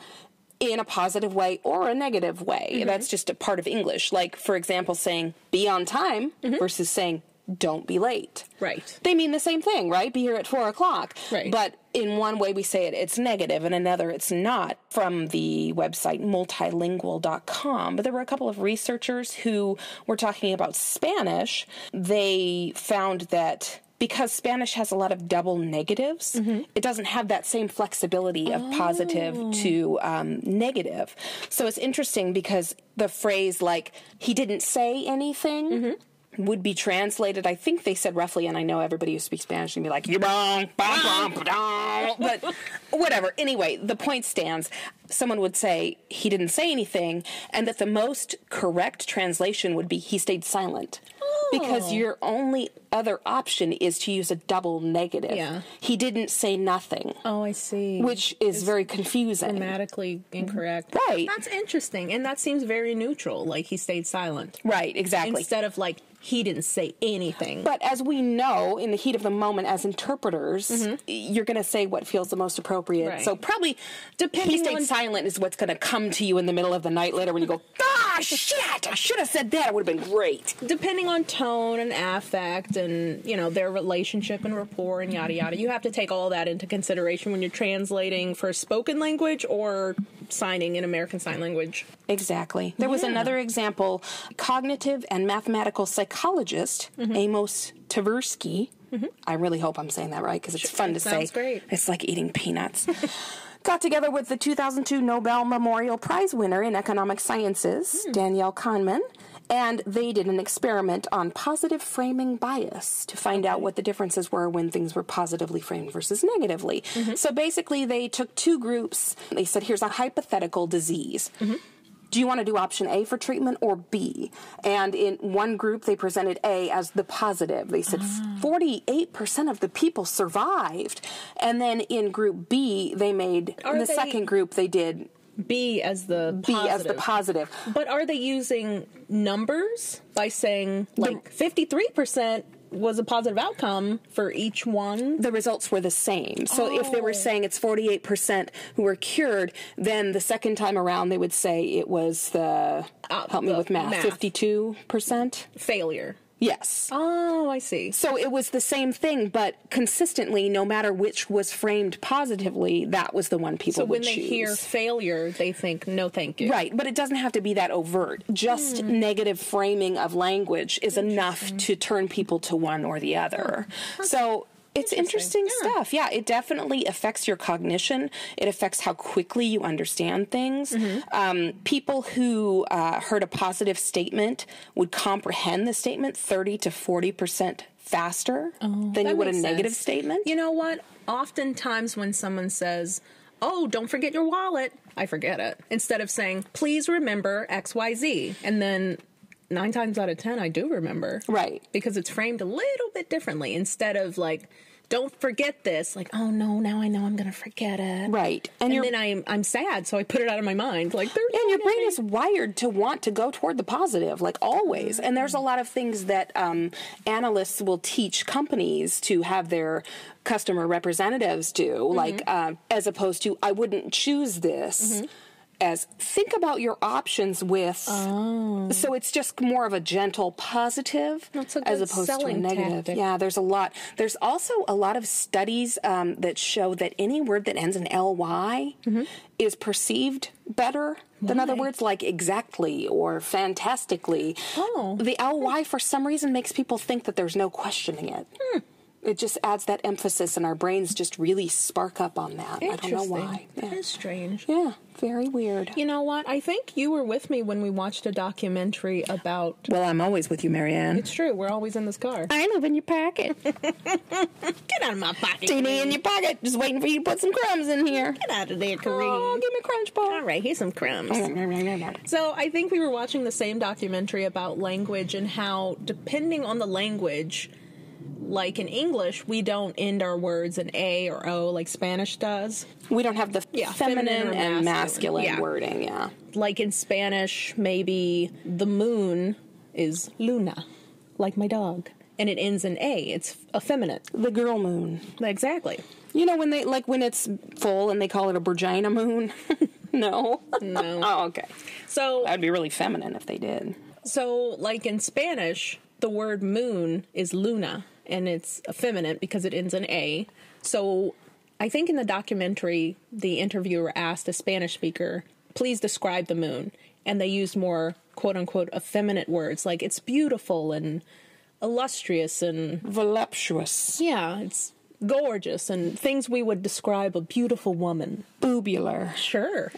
A: in a positive way or a negative way.
B: Mm-hmm.
A: That's just a part of English. Like, for example, saying be on time versus saying don't be late
B: Mm-hmm. Right.
A: they mean the same thing, right? Be here at four o'clock.
B: Right.
A: But in one way we say it, it's negative, and another it's not. From the website multilingual.com. But there were a couple of researchers who were talking about Spanish. They found that because Spanish has a lot of double negatives, it doesn't have that same flexibility of positive to um, negative. So it's interesting because the phrase like, he didn't say anything would be translated. I think they said roughly, and I know everybody who speaks Spanish can be like, "You're wrong," bah, bah, bah, bah," but whatever. Anyway, the point stands. Someone would say he didn't say anything, and that the most correct translation would be he stayed silent.
B: Oh.
A: Because your only other option is to use a double negative.
B: Yeah.
A: He didn't say nothing,
B: Oh, I see.
A: which is very confusing.
B: grammatically incorrect.
A: Right.
B: That's interesting. And that seems very neutral. Like he stayed silent.
A: Right, exactly.
B: Instead of like, He didn't say anything.
A: But as we know, in the heat of the moment, as interpreters, you're going to say what feels the most appropriate.
B: Mm-hmm. Right.
A: So probably
B: Depending
A: he stayed
B: on-
A: silent is what's going to come to you in the middle of the night later when you go, ah, shit! I should have said that. It would have been great.
B: depending on tone and affect and you know their relationship and rapport and yada yada you have to take all that into consideration when you're translating for spoken language or signing in american sign language
A: Exactly. There was another example. Cognitive and mathematical psychologist
B: Mm-hmm.
A: Amos Tversky. I really hope I'm saying that right because it's fun to
B: sounds
A: say.
B: great.
A: It's like eating peanuts. Got together with the 2002 Nobel Memorial Prize winner in economic sciences,
B: Hmm.
A: Danielle Kahneman, and they did an experiment on positive framing bias to find out what the differences were when things were positively framed versus negatively.
B: Mm-hmm.
A: So basically, they took two groups. They said, here's a hypothetical disease
B: Mm-hmm.
A: do you want to do option A for treatment or B? And in one group, they presented A as the positive. They said
B: Ah.
A: 48% of the people survived. And then in group B, they made, in the
B: they-
A: second group, they did
B: b as the
A: B as the positive.
B: but are they using numbers by saying like 53% was a positive outcome for each one
A: The results were the same. So if they were
B: Oh.
A: saying it's 48% who were cured, then the second time around, they would say it was the, help me
B: the
A: with math,
B: math.
A: 52%?
B: failure
A: Yes.
B: oh i see
A: So it was the same thing, but consistently, no matter which was framed positively, that was the one people
B: so
A: would
B: when they
A: choose.
B: hear failure they think no thank you
A: Right, but it doesn't have to be that overt. Just
B: Hmm.
A: negative framing of language is enough to turn people to one or the other. So it's interesting, stuff. Yeah, it definitely affects your cognition. It affects how quickly you understand things.
B: Mm-hmm.
A: Um, people who uh, heard a positive statement would comprehend the statement 30 to 40% faster than you
B: Oh, That
A: would a
B: makes
A: negative
B: sense.
A: statement.
B: You know what? Oftentimes, when someone says, Oh, don't forget your wallet, I forget it. Instead of saying, Please remember XYZ. And then nine times out of 10, I do remember.
A: Right.
B: Because it's framed a little bit differently. Instead of like, Don't forget this, like, Oh no, now I know I'm going to forget it.
A: Right.
B: And,
A: And, your
B: then I'm, I'm sad, so I put it out of my mind. Like, they're
A: And your
B: not
A: brain
B: gonna-
A: is wired to want to go toward the positive, like always. And there's a lot of things that um, analysts will teach companies to have their customer representatives do, like um, as opposed to, I wouldn't choose this. As think about your options with, so it's just more of a gentle positive
B: That's a
A: as
B: good
A: opposed to a
B: selling
A: negative.
B: tactic.
A: Yeah, there's a lot. There's also a lot of studies um, that show that any word that ends in ly
B: Mm-hmm.
A: is perceived better than other words like exactly or fantastically.
B: Oh.
A: The ly for some reason makes people think that there's no questioning it.
B: Hmm.
A: It just adds that emphasis, and our brains just really spark up on that. I don't know
B: Interesting.
A: why.
B: That
A: Yeah.
B: is strange.
A: yeah, very weird.
B: You know what? I think you were with me when we watched a documentary about.
A: Well, I'm always with you, Marianne.
B: It's true, we're always in this car.
A: I live in your pocket.
B: Get out of my pocket.
A: Teeny in your pocket, just waiting for you to put some crumbs in here.
B: out of there, Kareem.
A: Oh, give me crunch ball.
B: All right, here's some crumbs. So I think we were watching the same documentary about language and how, depending on the language, like in English, we don't end our words in a or o like Spanish does.
A: We don't have the
B: Yeah,
A: feminine,
B: feminine or
A: and masculine
B: masculine. Yeah.
A: wording, yeah.
B: Like in Spanish, maybe the moon is luna, like my dog, and it ends in a. It's effeminate.
A: The girl moon.
B: Exactly.
A: You know when they like when it's full and they call it a Virginia moon? no.
B: No.
A: oh, okay.
B: So
A: That'd be really feminine if they did.
B: So, like in Spanish, the word moon is luna and it's effeminate because it ends in A. So, I think in the documentary, the interviewer asked a Spanish speaker, please describe the moon. And they used more quote unquote effeminate words like it's beautiful and illustrious and
A: Voluptuous.
B: yeah, it's gorgeous and things we would describe a beautiful woman.
A: Boobular.
B: Sure.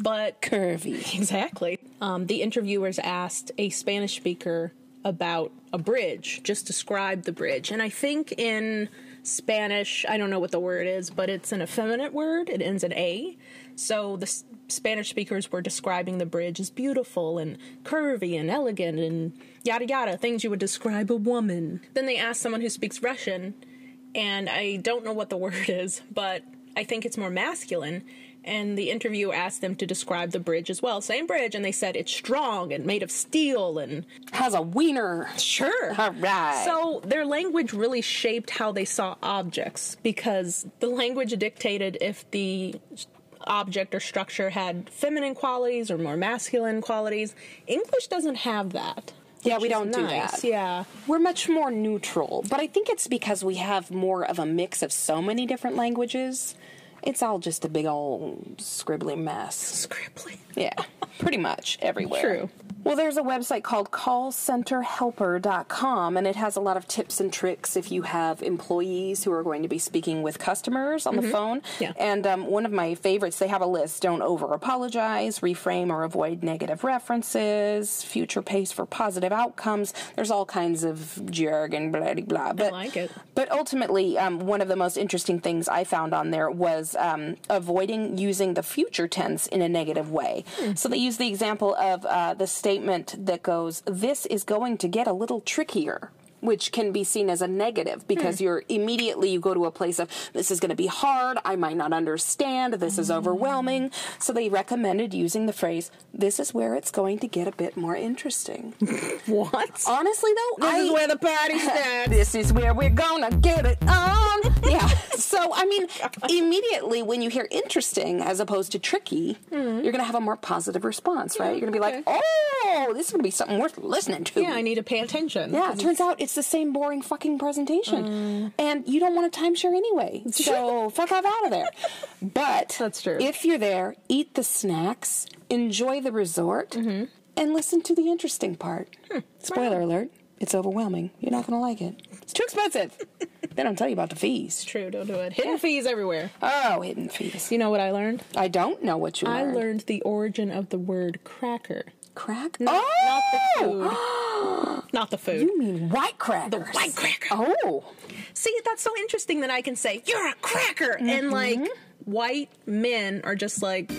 B: But
A: Curvy.
B: Exactly. Um, the interviewers asked a Spanish speaker about a bridge, just describe the bridge. And I think in Spanish, I don't know what the word is, but it's an effeminate word. It ends in A. So the S- Spanish speakers were describing the bridge as beautiful and curvy and elegant and yada yada, things you would describe a woman. Then they asked someone who speaks Russian, and I don't know what the word is, but I think it's more masculine. And the interviewer asked them to describe the bridge as well. Same bridge, and they said it's strong and made of steel and
A: Has a wiener.
B: Sure.
A: All right.
B: So their language really shaped how they saw objects because the language dictated if the object or structure had feminine qualities or more masculine qualities. English doesn't have that.
A: Yeah,
B: which
A: we
B: is
A: don't do
B: nice.
A: that.
B: Yeah.
A: We're much more neutral, but I think it's because we have more of a mix of so many different languages. It's all just a big old scribbly mess.
B: Scribbling.
A: Yeah, pretty much everywhere.
B: True.
A: Well, there's a website called callcenterhelper.com, and it has a lot of tips and tricks if you have employees who are going to be speaking with customers on the phone.
B: Mm-hmm. Yeah.
A: And um, one of my favorites, they have a list don't over apologize, reframe or avoid negative references, future pace for positive outcomes. There's all kinds of jargon, blah, blah, blah. But,
B: like it.
A: But ultimately, um, one of the most interesting things I found on there was um, avoiding using the future tense in a negative way. So they use the example of uh, the statement that goes, This is going to get a little trickier. Which can be seen as a negative because
B: Hmm.
A: you're immediately you go to a place of this is going to be hard. I might not understand. This
B: Hmm.
A: is overwhelming. So they recommended using the phrase "This is where it's going to get a bit more interesting."
B: What?
A: Honestly, though, I,
B: the party starts.
A: this is where we're gonna get it on. Yeah. So I mean, immediately when you hear interesting as opposed to tricky,
B: Mm-hmm.
A: you're gonna have a more positive response, right? You're gonna be like, oh, this is gonna be something worth listening to.
B: yeah, I need to pay attention.
A: Yeah, it turns out it's the same boring fucking presentation. And you don't want a timeshare anyway. So fuck off out of there. But
B: That's true.
A: if you're there, eat the snacks, enjoy the resort,
B: Mm-hmm.
A: and listen to the interesting part.
B: Hmm.
A: Spoiler alert, it's overwhelming. You're not going to like it. It's too expensive. they don't tell you about the fees.
B: True, don't do it. Hidden fees everywhere.
A: Oh, hidden fees.
B: You know what I learned?
A: I don't know what you
B: I
A: learned.
B: learned the origin of the word cracker.
A: Crack?
B: Not the
A: oh!
B: food. Not the food.
A: You mean white crackers? The
B: white cracker.
A: Oh,
B: See, that's so interesting that I can say, you're a cracker. And like, white men are just like,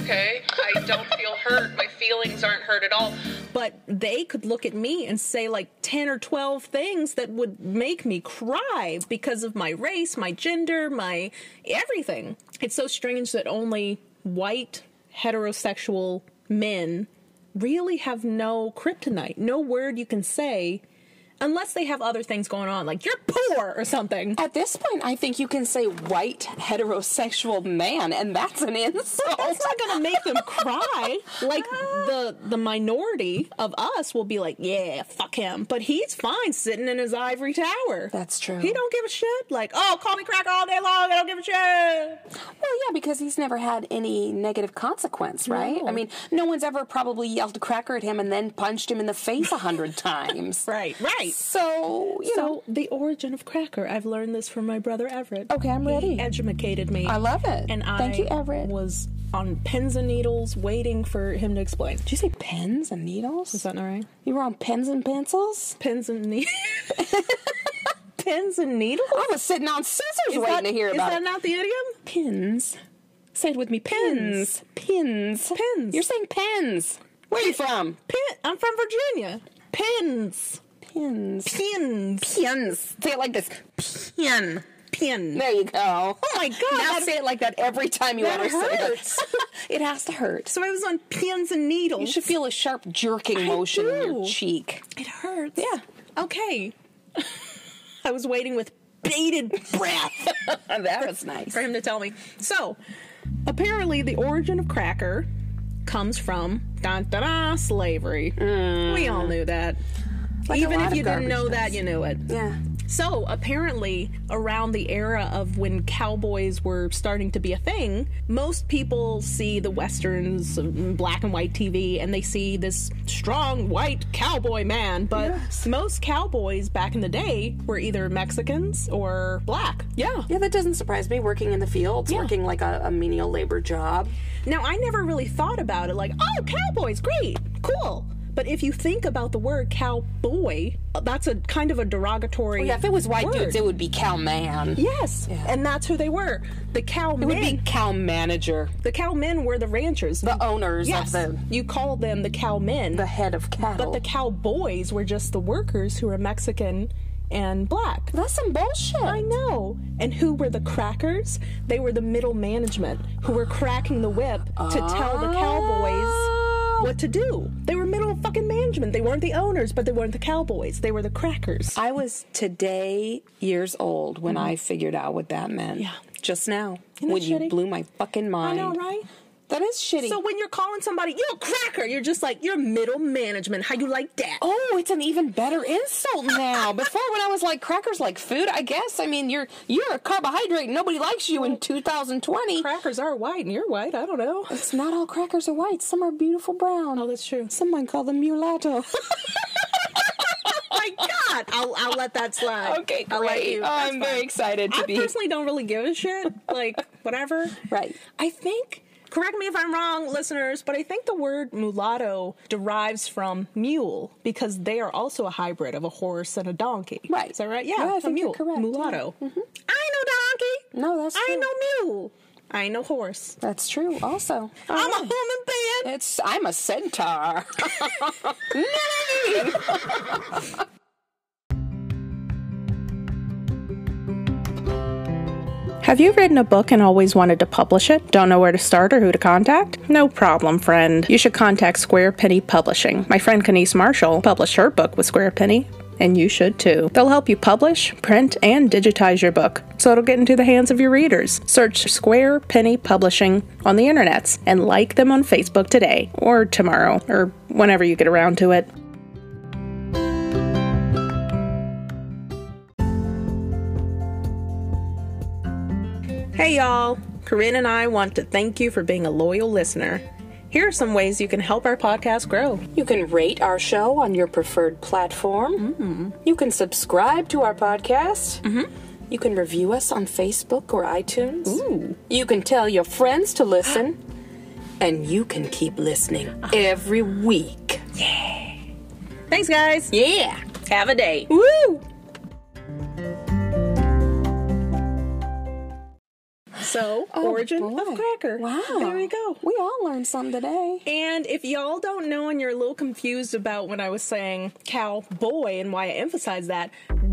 F: Okay, I don't feel hurt. My feelings aren't hurt at all.
B: but they could look at me and say like 10 or 12 things that would make me cry because of my race, my gender, my everything. It's so strange that only white heterosexual men really have no kryptonite, no word you can say. Unless they have other things going on, like you're poor or something.
A: At this point, I think you can say white heterosexual man, and that's an insult.
B: It's not gonna make them cry. Like the the minority of us will be like, yeah, fuck him. But he's fine sitting in his ivory tower.
A: That's true.
B: He don't give a shit. Like, oh, call me cracker all day long. I don't give a shit.
A: Well, yeah, because he's never had any negative consequence, right?
B: No.
A: I mean, no one's ever probably yelled cracker at him and then punched him in the face a hundred times.
B: Right, right.
A: So, you know.
B: So the origin of cracker. I've learned this from my brother Everett.
A: Okay, I'm ready.
B: He educated me.
A: I love it.
B: And I
A: Thank you, Everett.
B: was on pins and needles waiting for him to explain.
A: Did you say pens and needles?
B: Is that not right?
A: You were on pens and pencils?
B: Pins and needles. pins and needles.
A: I was sitting on scissors
B: Is
A: waiting
B: that-
A: to hear
B: is
A: about
B: that
A: it.
B: not the idiom?
A: Pins. Say it with me. Pins. Pins.
B: Pins.
A: You're saying pens. Where are you from?
B: Pin. I'm from Virginia. Pins.
A: Pins.
B: Pins.
A: pins. Say it like this. Pin.
B: Pin.
A: There you go.
B: Oh my God,
A: Now
B: that-
A: say it like that every time you
B: that
A: ever say it.
B: hurts.
A: it has to hurt.
B: So I was on pins and needles.
A: You should feel a sharp jerking motion in your
B: do.
A: cheek.
B: It hurts.
A: Yeah.
B: Okay. I was waiting with bated breath
A: that was nice.
B: for him to tell me. So, apparently, the origin of cracker comes from dun, dun, dun, slavery. We all knew that.
A: Mm. Like a
B: Even
A: lot
B: if
A: of
B: you didn't
A: garbage
B: know that, you knew it.
A: Yeah.
B: So apparently, around the era of when cowboys were starting to be a thing, most people see the westerns, um, black and white TV, and they see this strong white cowboy man. But most cowboys back in the day were either Mexicans or black. Yeah.
A: Yeah, that doesn't surprise me. Working in the fields, working like a, a menial labor job.
B: Now, I never really thought about it like, oh, cowboys, great, cool. But if you think about the word cowboy, that's a kind of a derogatory.
A: Oh, Yeah, if it was white
B: word.
A: dudes, it would be cow man.
B: Yes, and that's who they were. The cow
A: It would be
B: men.
A: cow manager,
B: The cow men were the ranchers.
A: the owners of
B: yes,
A: the
B: you called them the cow men,
A: the head of cattle.
B: but the cowboys were just the workers who were Mexican and black.
A: That's some bullshit.
B: I know. And who were the crackers? They were the middle management who were cracking the whip to tell the
A: Oh.
B: cowboys what to do. They were middle fucking management. They weren't the owners, but they weren't the cowboys. They were the crackers.
A: I was today years old when I figured out what that meant.
B: Mm-hmm. Yeah.
A: Just now.
B: Isn't that
A: when you
B: shitty?
A: blew my fucking mind.
B: know, right?
A: That is shitty.
B: So when you're calling somebody, you're a cracker, you're just like, you're middle management. How you like that?
A: Oh, it's an even better insult now. Before, when I was like crackers like food, I guess. I mean, you're you're a carbohydrate. Nobody likes you in 2020.
B: Crackers are white and you're white. I don't know.
A: It's not all crackers are white. Some are beautiful brown.
B: Oh, that's true.
A: Someone called them mulatto.
B: My God, I'll, I'll let that slide.
A: okay,
B: I'll let
A: great.
B: you.
A: Oh,
B: That's
A: I'm very
B: fine.
A: excited to
B: I
A: be.
B: personally don't really give a shit. Like, whatever.
A: Right.
B: I think, correct me if I'm wrong, listeners, but I think the word mulatto derives from mule because they are also a hybrid of a horse and a donkey.
A: Right.
B: Is that right? Yeah,
A: Yeah, I
B: it's a
A: think you're
B: mule.
A: correct, Mm-hmm.
B: Mulatto. I ain't no donkey.
A: No, that's
B: I ain't
A: true.
B: no mule. I ain't no horse.
A: That's true. Also,
B: I'm a human being.
A: it's I'm a centaur.
B: Have you written a book and always wanted to publish it? Don't know where to start or who to contact? No problem, friend. You should contact Square Penny Publishing. My friend Kenise Marshall published her book with Square Penny. And you should too. They'll help you publish, print, and digitize your book so it'll get into the hands of your readers. Search Square Penny Publishing on the internets and like them on Facebook today or tomorrow or whenever you get around to it. Hey y'all! Corinne and I want to thank you for being a loyal listener. Here are some ways you can help our podcast grow.
A: You can rate our show on your preferred platform. You can subscribe to our podcast. You can review us on Facebook or iTunes. You can tell your friends to listen. and you can keep listening every week.
B: Thanks, guys!
A: Yeah.
B: Have a day! Woo! So, origin of
A: Oh,
B: cracker.
A: Wow.
B: There you go.
A: We all learned something today.
B: And if y'all don't know and you're a little confused about when I was saying cowboy and why I emphasize that,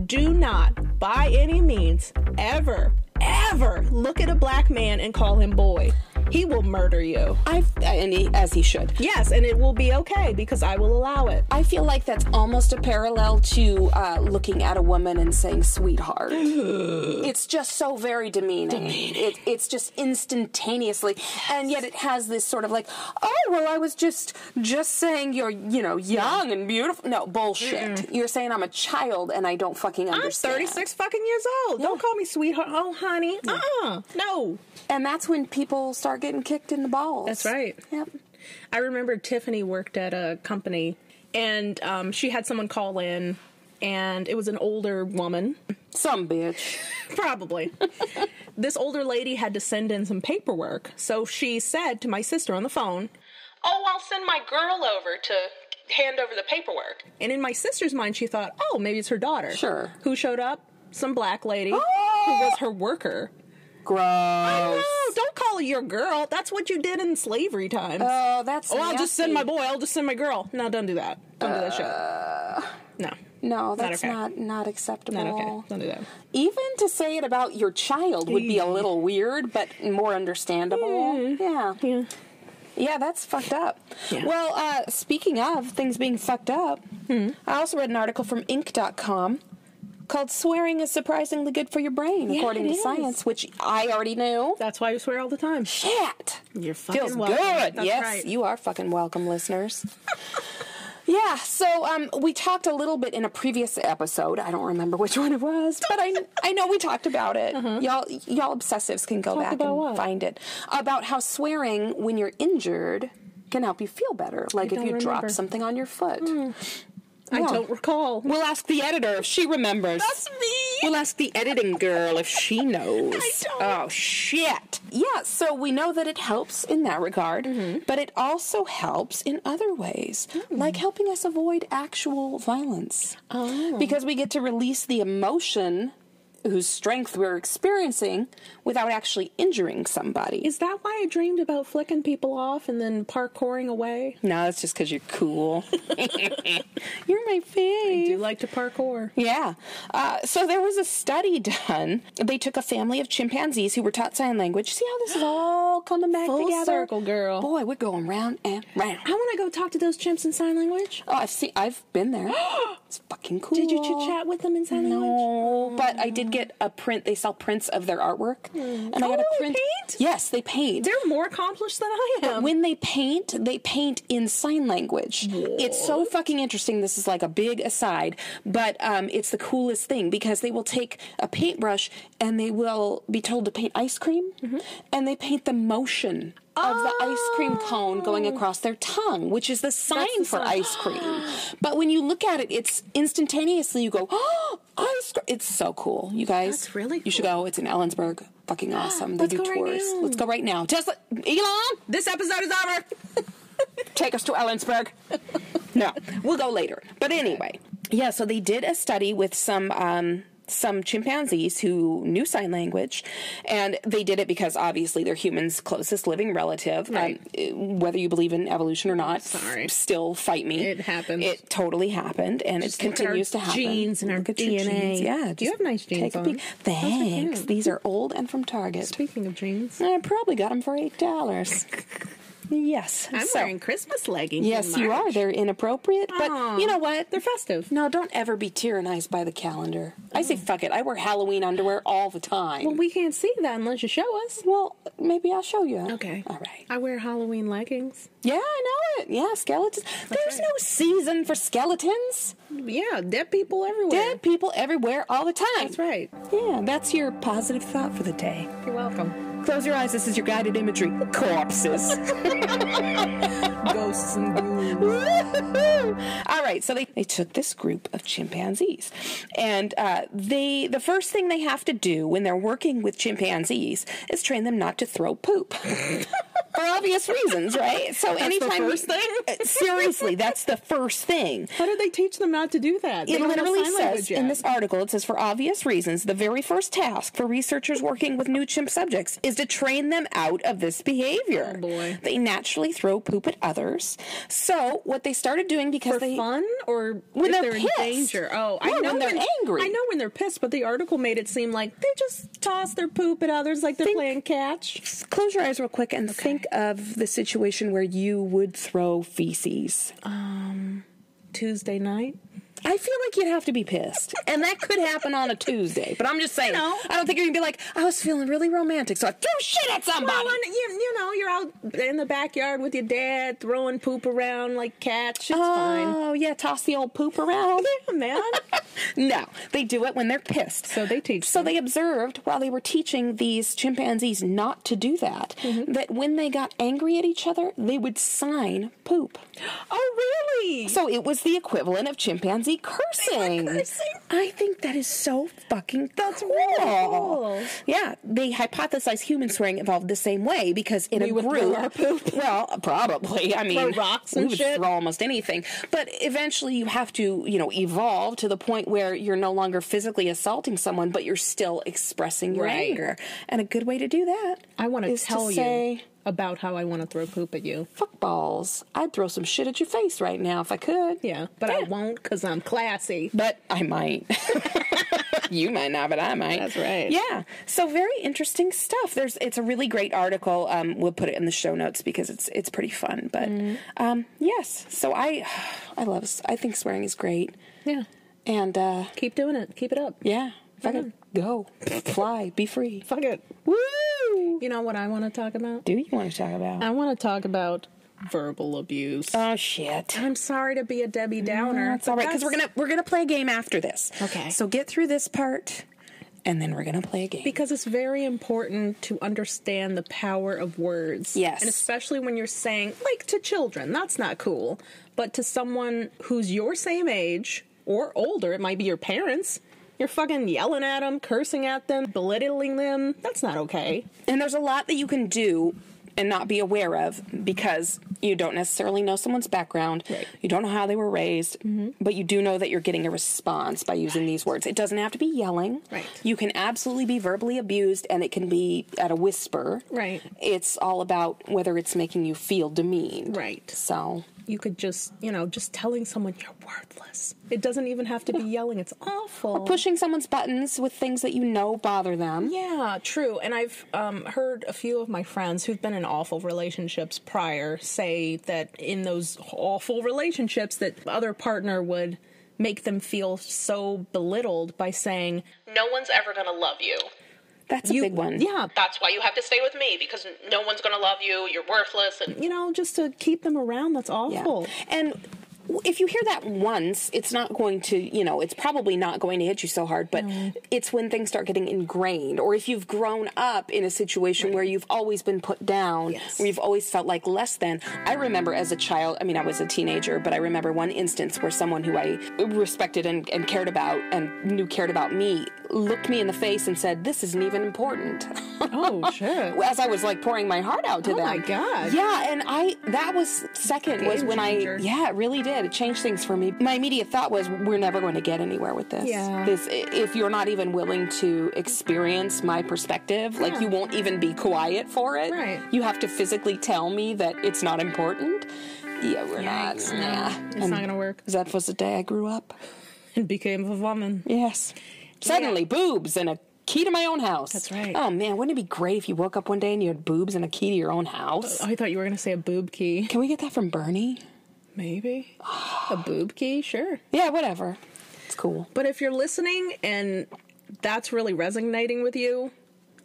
B: do not, by any means, ever, ever look at a black man and call him boy. He will murder you.
A: I and he, as he should.
B: Yes, and it will be okay because I will allow it.
A: I feel like that's almost a parallel to uh, looking at a woman and saying "sweetheart." it's just so very demeaning. It, it's just instantaneously, and yet it has this sort of like, "Oh well, I was just just saying you're you know young and beautiful." No bullshit. You're saying I'm a child and I don't fucking
B: I'm
A: understand.
B: 36 fucking years old. Don't call me sweetheart. Oh, honey. Uh-uh. No.
A: and that's when people start getting kicked in the balls.
B: That's right.
A: Yep.
B: I remember Tiffany worked at a company and um, she had someone call in and it was an older woman.
A: Some bitch.
B: Probably. this older lady had to send in some paperwork. So she said to my sister on the phone,
F: Oh, I'll send my girl over to hand over the paperwork.
B: and in my sister's mind, she thought, oh, maybe it's her daughter.
A: Sure.
B: Who showed up? Some black lady who was her worker.
A: Gross.
B: No, don't call your girl. That's what you did in slavery times.
A: Oh, that's.
B: Oh, I'll just
A: nasty.
B: send my boy. I'll just send my girl. No, don't do that. Don't do that shit. No,
A: No, that's
B: okay.
A: not not acceptable.
B: not okay. Don't do that.
A: Even to say it about your child would be a little weird, but more understandable.
B: Mm-hmm.
A: Yeah. yeah. that's fucked up. Well, uh, speaking of things being fucked up,
B: Hmm.
A: I also read an article from Inc.com called Swearing is Surprisingly Good for Your Brain, according
B: it
A: to
B: is.
A: science, which I already knew.
B: That's why you swear all the time.
A: Shit!
B: You're fucking
A: Feels
B: welcome.
A: good.
B: That's
A: yes,
B: right.
A: you are fucking welcome, listeners. yeah. So um, we talked a little bit in a previous episode. I don't remember which one it was, but I I know we talked about it. Y'all y'all obsessives can go back and
B: Uh-huh. about what?
A: find it about how swearing when you're injured can help you feel better. Like if you
B: don't remember. Hmm.
A: drop something on your foot.
B: I
A: Yeah.
B: don't recall.
A: We'll ask the editor if she remembers.
B: That's me.
A: We'll ask the editing girl if she knows.
B: I don't.
A: Oh shit. Yeah, so we know that it helps in that regard,
B: Mm-hmm.
A: but it also helps in other ways,
B: Hmm.
A: like helping us
B: Oh.
A: avoid actual violence. Because we get to release the emotion whose strength we're experiencing without actually injuring somebody.
B: Is that why I dreamed about flicking people off and then parkouring away?
A: no, that's just because you're cool. you're my fave.
B: Do you like to parkour?
A: Yeah. Uh, so there was a study done. They took a family of chimpanzees who were taught sign language. See how this is all coming back
B: Full
A: together?
B: circle, girl.
A: Boy, we're going round and round.
B: I want to go talk to those chimps in sign language.
A: Oh, I've seen. I've been there. it's fucking cool.
B: Did you chit chat with them in sign language?
A: No, but I did get a print. They sell prints of their artwork, and I
B: Oh,
A: got a
B: they
A: print.
B: paint?
A: Yes, they paint.
B: They're more accomplished than I am.
A: when they paint, they paint in sign language. It's so fucking interesting. This is like a big aside, but um, it's the coolest thing because they will take a paintbrush and they will be told to paint ice cream,
B: Mm-hmm.
A: and they paint the motion of the ice cream cone going across their tongue, which is the sign
B: Oh. the
A: for
B: sign.
A: ice cream. but when you look at it, it's instantaneously. You go, oh, ice cream! It's so cool, you guys.
B: That's really
A: You should
B: cool.
A: go. It's in Ellensburg. Fucking awesome. They
B: Let's
A: do
B: go right
A: tours.
B: now.
A: Let's go right now. Tesla, Elon, this episode is over. Take us to Ellensburg. no, we'll go later. But anyway, yeah. So they did a study with some um, some chimpanzees who knew sign language, and they did it because obviously they're humans' closest living relative.
B: Right.
A: Um, whether you believe in evolution or not,
B: Sorry.
A: still fight me.
B: It happens.
A: It totally happened, and it
B: look at our
A: continues to happen.
B: genes and our
A: Look at your
B: DNA.
A: genes. Yeah,
B: You have nice genes
A: take a peek.
B: on.
A: Thanks.
B: cute.
A: These are old and from Target.
B: Speaking of jeans,
A: I probably got them for eight dollars. yes,
B: I'm
A: so-
B: wearing Christmas leggings.
A: Yes, you are. They're inappropriate, but
B: Aw.
A: you know what?
B: They're festive. Mm.
A: No, don't ever be tyrannized by the calendar. I say fuck it. I wear Halloween underwear all the time.
B: Well, we can't see that unless you show us.
A: Well, maybe I'll show you.
B: Okay.
A: All right.
B: I wear Halloween leggings.
A: Yeah, I know it. Yeah, skeletons. There's
B: right.
A: no season for skeletons.
B: Yeah, dead people everywhere.
A: Dead people everywhere all the time.
B: That's right.
A: Yeah, that's your positive thought for the day.
B: You're welcome.
A: Close your eyes. This is your guided imagery. Corpses.
B: Ghosts and ghouls.
A: All right, so they, they took this group of chimpanzees, and uh, they the first thing they have to do when they're working with chimpanzees is train them not to throw poop. For obvious reasons, right? So anytime
B: first
A: you,
B: thing?
A: seriously, that's the first thing
B: How did they teach them not to do that? They
A: it
B: don't know
A: literally
B: sign
A: says
B: language
A: in
B: yet.
A: this article it says for obvious reasons the very first task for researchers working with new chimp subjects is to train them out of this behavior
B: Oh, boy.
A: they naturally throw poop at others so what they started doing because
B: for
A: they
B: fun or
A: When
B: if
A: they're
B: they're,
A: pissed.
B: in danger. Oh, I
A: Yeah,
B: know
A: when they're angry.
B: I know when they're pissed, but the article made it seem like they just toss their poop at others like they're
A: Think-
B: playing catch.
A: Just close your eyes real quick and think of the situation where you would throw feces Um,
B: Tuesday night.
A: I feel like you'd have to be pissed. And that could happen on a Tuesday. But I'm just saying,
B: know.
A: I don't think you're going to be like, I was feeling really romantic, so I threw shit at somebody.
B: Well, and you, you know, you're out in the backyard with your dad throwing poop around like catch. It's fine.
A: Oh, yeah, toss the old poop around.
B: Yeah, man.
A: no, they do it when they're pissed.
B: So they teach
A: So they observed while they were teaching these chimpanzees not to do that,
B: Mm-hmm.
A: that when they got angry at each other, they would sign poop.
B: oh, really?
A: So it was the equivalent of chimpanzee cursing.
B: cursing?
A: I think that is so fucking That's cool.
B: really cool.
A: Yeah, they hypothesized human swearing evolved the same way because in a
B: would
A: group,
B: throw our poop.
A: well, probably. I mean,
B: rocks
A: we
B: and
A: would
B: shit.
A: throw almost anything. But eventually, you have to, you know, evolve to the point where you're no longer physically assaulting someone, but you're still expressing your
B: Right.
A: anger. And a good way to do that,
B: I want to
A: is
B: tell
A: say,
B: you about how I want to throw poop at you.
A: Fuck balls. I'd throw some shit at your face right now if I could.
B: Yeah, but I won't because I'm classy.
A: but I might. you might not, but I might.
B: That's right.
A: Yeah. So very interesting stuff. There's it's a really great article. Um, we'll put it in the show notes because it's it's pretty fun. But
B: Mm-hmm.
A: um, yes. So I I love s- I think swearing is great.
B: Yeah.
A: And uh,
B: Keep doing it. Keep it up.
A: yeah, fucking
B: Mm-hmm.
A: go, fly, be free.
B: Fuck it.
A: Woo!
B: You know what I want to talk about?
A: Do you want to talk about?
B: I want to talk about verbal abuse.
A: oh shit.
B: I'm sorry to be a Debbie Downer.
A: That's all right because we're gonna we're gonna play a game after this.
B: Okay.
A: So get through this part, and then we're gonna play a game.
B: because it's very important to understand the power of words.
A: Yes.
B: And especially when you're saying like to children, that's not cool. But to someone who's your same age or older, it might be your parents. You're fucking yelling at them, cursing at them, belittling them. That's not okay.
A: And there's a lot that you can do and not be aware of because you don't necessarily know someone's background. You don't know how they were raised,
B: Mm-hmm.
A: but you do know that you're getting a response by using these words. It doesn't have to be yelling.
B: Right.
A: You can absolutely be verbally abused and it can be at a whisper.
B: Right.
A: It's all about whether it's making you feel demeaned.
B: Right.
A: So,
B: You could just, you know, just telling someone you're worthless. It doesn't even have to be yelling. It's awful.
A: pushing someone's buttons with things that you know bother them.
B: Yeah, true. And I've um, heard a few of my friends who've been in awful relationships prior say that in those awful relationships, that other partner would make them feel so belittled by saying,
F: No one's ever gonna love you.
A: That's a
B: "You-
A: big one.
B: Yeah,
F: That's why you have to stay with me because no one's gonna love you. You're worthless. And
B: you know, just to keep them around. That's
A: Yeah.
B: awful.
A: And w- if you hear that once, it's not going to, you know, it's probably not going to hit you so hard, but it's when things start getting ingrained. Or if you've grown up in a situation where you've always been put down,
B: Yes.
A: where you've always felt like less than. I remember as a child, I mean, I was a teenager, but I remember one instance where someone who I respected and, and cared about and knew cared about me looked me in the face and said, This isn't even important.
B: Oh, shit.
A: as I was like pouring my heart out to
B: Oh
A: them.
B: my God.
A: Yeah, and I that was second was
B: Game
A: when
B: changer.
A: I yeah it really did it changed things for me. My immediate thought was we're never going to get anywhere with this.
B: Yeah.
A: This i- if you're not even willing to experience my perspective, like you won't even be quiet for it.
B: Right.
A: You have to physically tell me that it's not important. Yeah, we're not. Yeah.
B: It's not gonna work.
A: That was the day I grew up.
B: And became a woman.
A: Yes. Suddenly, boobs and a key to my own house.
B: That's right.
A: Oh man, wouldn't it be great if you woke up one day and you had boobs and a key to your own house?
B: Oh, I thought you were gonna say a boob key.
A: Uh, Can we get that from Bernie?
B: Maybe a boob key, sure.
A: Yeah, whatever. It's cool.
B: But if you're listening and that's really resonating with you,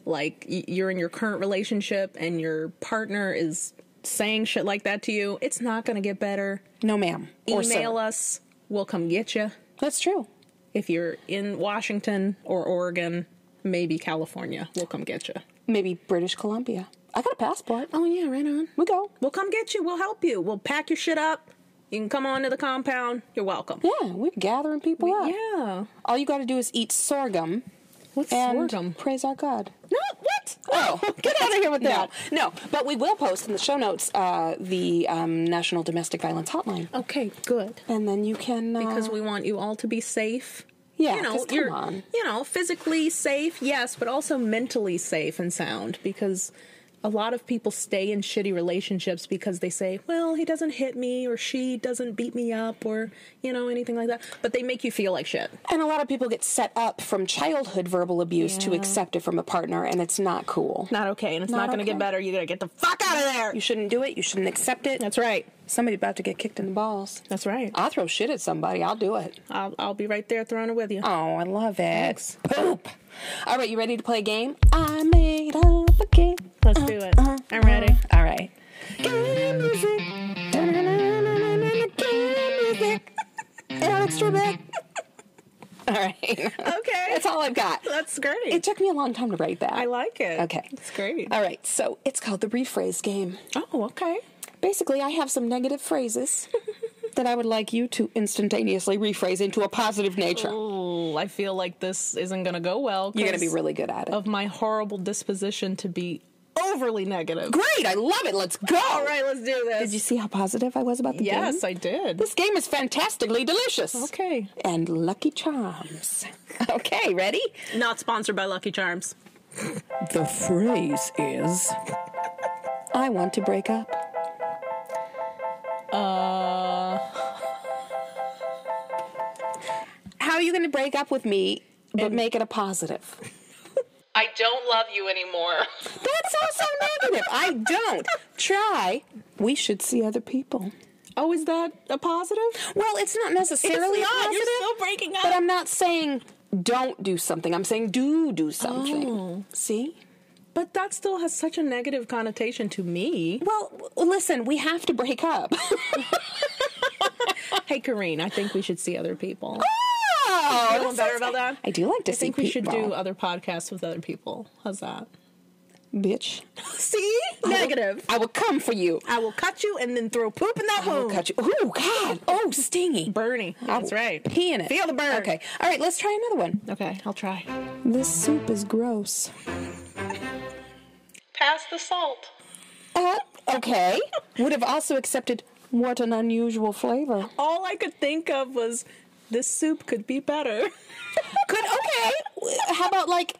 B: like y- you're in your current relationship and your partner is saying shit like that to you, it's not going to get better.
A: No, ma'am. Or
B: Email
A: sir.
B: us, we'll come get you.
A: Mm, That's true.
B: If you're in Washington or Oregon, maybe California, we'll come get you.
A: Maybe British Columbia. I got a passport.
B: Oh yeah, right on.
A: We go.
B: We'll come get you. We'll help you. We'll pack your shit up. You can come on to the compound. You're welcome.
A: Yeah, we're gathering people up.
B: Yeah.
A: All you got to do is eat sorghum
B: What's
A: and
B: sorghum?
A: praise our God.
B: No, what?
A: Oh, get out of here with that. No, but we will post in the show notes uh, the um, National Domestic Violence Hotline.
B: Okay, good.
A: And then you can. Uh,
B: because we want you all to be safe.
A: Yeah,
B: you know,
A: 'cause come
B: you're,
A: on.
B: you know, physically safe, yes, but also mentally safe and sound because a lot of people stay in shitty relationships because they say, "Well, he doesn't hit me or she doesn't beat me up or, you know, anything like that." But they make you feel like shit.
A: And a lot of people get set up from childhood verbal abuse to accept it from a partner, and it's not cool.
B: Not okay, and it's not,
A: Not
B: going to
A: okay.
B: get better. You got to get the fuck out of there.
A: You shouldn't do it. You shouldn't accept it.
B: That's right.
A: Somebody about to get kicked in the balls.
B: That's right.
A: I'll throw shit at somebody. I'll do it.
B: I'll I'll be right there throwing it with you.
A: Oh, I love it. Poop. All right, you ready to play a game? I made up a game.
B: Let's do it. I'm ready.
A: All right. Game music. Da-na-na-na-na-na-na, Game music. Alex Trebek. All right.
B: Okay.
A: That's all I've got.
B: That's great.
A: It took me a long time to write that.
B: I like it.
A: Okay.
B: It's great.
A: All right, so it's called the rephrase game.
B: oh, okay.
A: Basically, I have some negative phrases that I would like you to instantaneously rephrase into a positive nature.
B: Ooh, I feel like this isn't going to go well.
A: You're gonna
B: 'cause
A: be really good at it.
B: of my horrible disposition to be overly negative.
A: Great, I love it. Let's go.
B: All right, let's do this.
A: Did you see how positive I was about the game?
B: yes, I did.
A: This game is fantastically delicious.
B: Okay.
A: And Lucky Charms. Okay, ready?
B: Not sponsored by Lucky Charms.
I: The phrase is
A: I want to break up.
B: Uh,
A: How are you going to break up with me but make it a positive?
F: I don't love you anymore.
A: That's also negative. I don't. Try. We should see other people.
B: oh, is that a positive?
A: Well, it's not necessarily
B: It's not.
A: positive.
B: You're still breaking up.
A: But I'm not saying don't do something. I'm saying do do something.
B: Oh.
A: See?
B: But that still has such a negative connotation to me.
A: Well, w- listen, we have to break up. Oh,
B: Hey, Kareen, I think we should see other people.
A: Oh,
B: Feeling
A: that
B: better
A: sounds-
B: about that?
A: I do like to
B: I
A: see
B: think we should do uh,
A: people.
B: other podcasts with other people. How's that?
A: bitch.
B: See? Negative.
A: I will come for you.
B: I will cut you and then throw poop in that
A: I will
B: wound.
A: cut you. Oh God. Oh, stingy.
B: Bernie. That's
A: Ow.
B: right.
A: Pee in it.
B: Feel the burn.
A: Okay. All right. Let's try another one.
B: Okay, I'll try.
A: This soup is gross.
F: Pass the salt.
A: Uh, okay. Would have also accepted what an unusual flavor.
B: All I could think of was this soup could be better.
A: Could okay. How about like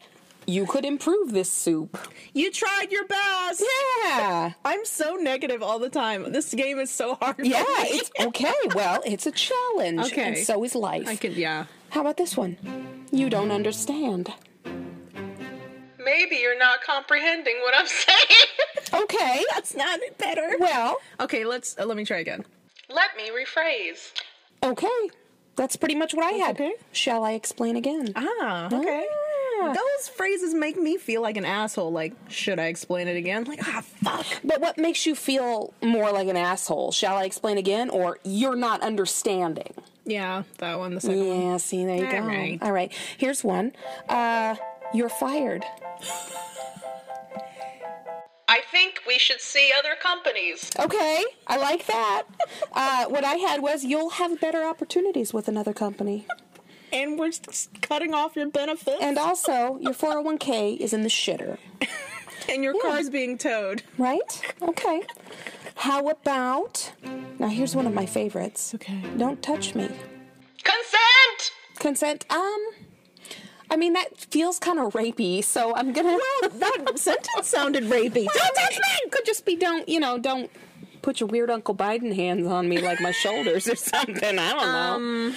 A: you could improve this soup?
B: You tried your best.
A: Yeah.
B: I'm so negative all the time. This game is so hard. for
A: Yeah,
B: me.
A: it's okay. Well, it's a challenge.
B: Okay.
A: And so is life.
B: I could yeah.
A: How about this one? You don't understand.
F: Maybe you're not comprehending what I'm saying.
A: Okay.
B: That's not better.
A: Well,
B: Okay, let's uh, let me try again.
F: Let me rephrase.
A: okay. That's pretty much what I had. Okay. Shall I explain again?
B: Ah, okay.
A: Ah.
B: Those phrases make me feel like an asshole. Like, should I explain it again? Like, ah, fuck.
A: But what makes you feel more like an asshole? Shall I explain again? Or you're not understanding?
B: Yeah, that one. The second one.
A: Yeah, see, there you
B: All
A: go.
B: right.
A: All right. Here's one. Uh, you're fired.
F: I think we should see other companies.
A: Okay, I like that. Uh, what I had was you'll have better opportunities with another company.
B: And we're s- cutting off your benefits.
A: And also, your 401k is in the shitter,
B: and your car's being towed.
A: right? Okay. How about. Now, here's one of my favorites.
B: Okay.
A: Don't touch me.
F: Consent!
A: Consent, um. I mean, that feels kind of rapey, so I'm gonna.
B: That sentence sounded rapey.
A: Don't touch me! Could just be don't, you know, don't put your weird Uncle Biden hands on me like my shoulders or something. I don't know.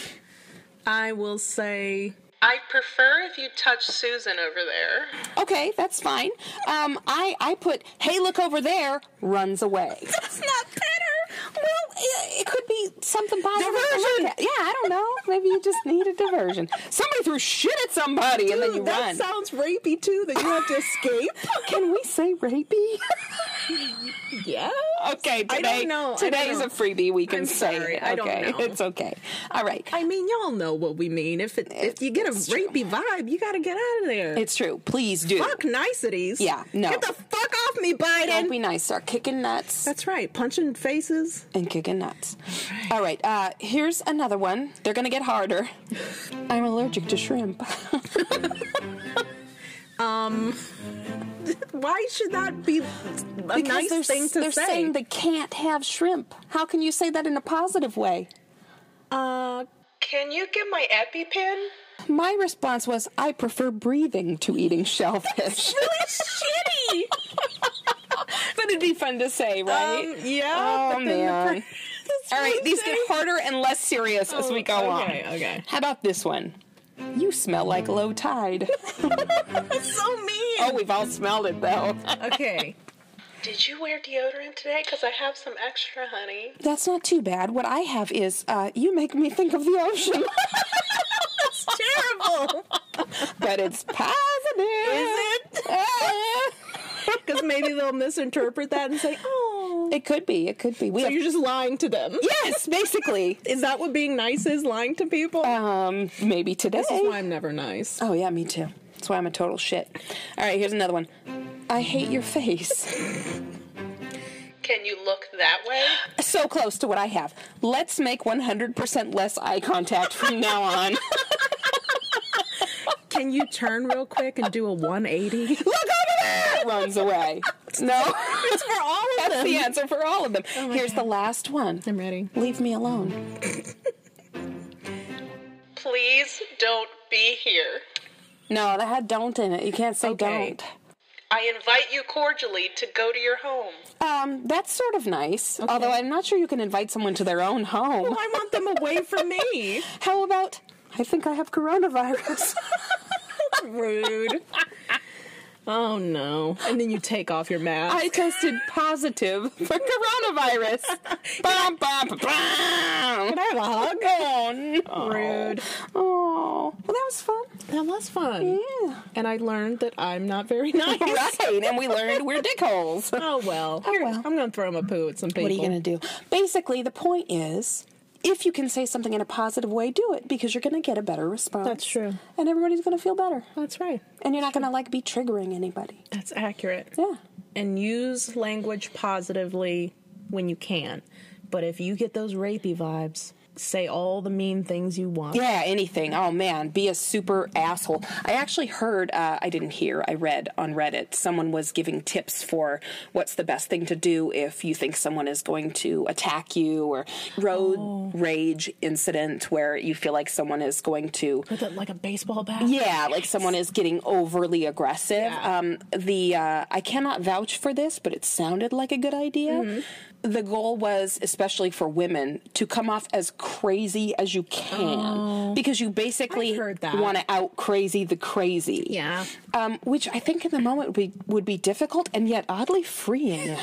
B: I will say.
F: I prefer if you touch Susan over there.
A: Okay, that's fine. Um, I, I put, hey, look over there, runs away. That's not better. Well, it, it could be something positive. Diversion. Yeah, I don't know. Maybe you just need a diversion. Somebody threw shit at somebody and then you
B: Ooh, that
A: run.
B: sounds rapey too. That you have to escape.
A: Can we say rapey?
B: yeah.
A: okay,
B: I don't
A: today,
B: know. I don't
A: today's
B: know.
A: a freebie. We can
B: I'm
A: say
B: sorry.
A: it.
B: I don't
A: Okay,
B: know.
A: it's okay. All right.
B: I mean, y'all know what we mean. If it, if you get a rapey vibe, you gotta get out of there.
A: It's true. Please do.
B: fuck niceties.
A: Yeah, no.
B: Get the fuck off me, Biden.
A: Don't be nice. Start kicking nuts.
B: That's right. Punching faces.
A: and kicking nuts. All right, uh, here's another one. They're gonna get harder. I'm allergic to shrimp.
B: Um, Why should that be a
A: they're,
B: nice thing to
A: they're
B: say?
A: saying they can't have shrimp. How can you say that in a positive way?
B: uh,
F: Can you get my EpiPen?
A: My response was, I prefer breathing to eating shellfish.
B: shitty.
A: but it'd be fun to say, right?
B: Um, yeah.
A: Oh,
B: but then the
A: man.
B: per- that's
A: All right,
B: what
A: these
B: I'm
A: get
B: saying.
A: harder and less serious as we go
B: okay,
A: on.
B: okay.
A: How about this one? You smell like low tide.
B: That's so mean.
A: oh, we've all smelled it though.
B: okay.
F: Did you wear deodorant today? Because I have some extra, honey.
A: That's not too bad. What I have is, uh, you make me think of the ocean.
B: It's terrible.
A: but it's positive.
B: Is
A: it?
B: Because maybe they'll misinterpret that and say, "Oh,
A: it could be. It could be. We
B: so
A: have-
B: you're just lying to them."
A: yes, basically.
B: Is that what being nice is? Lying to people?
A: Um, maybe today.
B: this is why I'm never nice.
A: oh yeah, me too. That's why I'm a total shit. All right, here's another one. I hate your face.
F: Can you look that way?
A: so close to what I have. Let's make 100% less eye contact from now on.
B: Can you turn real quick and do a 180?
A: Look over there! Runs away. No.
B: It's for all of
A: That's
B: them. Oh
A: the answer for all of them. Here's the last one.
B: I'm ready.
A: Leave me alone.
F: Please don't be here.
A: No, that had don't in it. You can't say
B: Okay.
A: don't.
F: I invite you cordially to go to your home.
A: Um, that's sort of nice. Although I'm not sure you can invite someone to their own home.
B: Oh, I want them away from me.
A: How about I think I have coronavirus?
B: Rude. Oh no. And then you take off your mask.
A: I tested positive for coronavirus. bum, bum, bum, bum.
B: Can I have a hug?
A: Oh, no.
B: Rude.
A: Oh, well, that was fun.
B: That was fun.
A: Yeah.
B: Mm. And I learned that I'm not very nice.
A: Right, and we learned we're dickholes.
B: Oh well. Here,
A: well.
B: I'm gonna throw him a poo at some people.
A: What are you going to do? Basically, the point is if you can say something in a positive way, do it because you're going to get a better response.
B: That's true.
A: And everybody's going to feel better.
B: That's right.
A: And you're not going to like be triggering anybody.
B: That's accurate.
A: Yeah.
B: And use language positively when you can. But if you get those rapey vibes, say all the mean things you want.
A: Yeah, anything. Oh man, be a super asshole. I actually heard, uh, I didn't hear, I read on Reddit, someone was giving tips for what's the best thing to do if you think someone is going to attack you or road rage incident where you feel like someone is going to.
B: With it like a baseball bat.
A: Yeah, like someone is getting overly aggressive. Um, the uh, I cannot vouch for this, but it sounded like a good idea.
B: Mm-hmm.
A: The goal was, especially for women, to come off as crazy as you can because you basically
B: Oh. I've heard that.
A: want to out crazy the crazy.
B: Yeah.
A: um, which I think in the moment would be would be difficult and yet oddly freeing.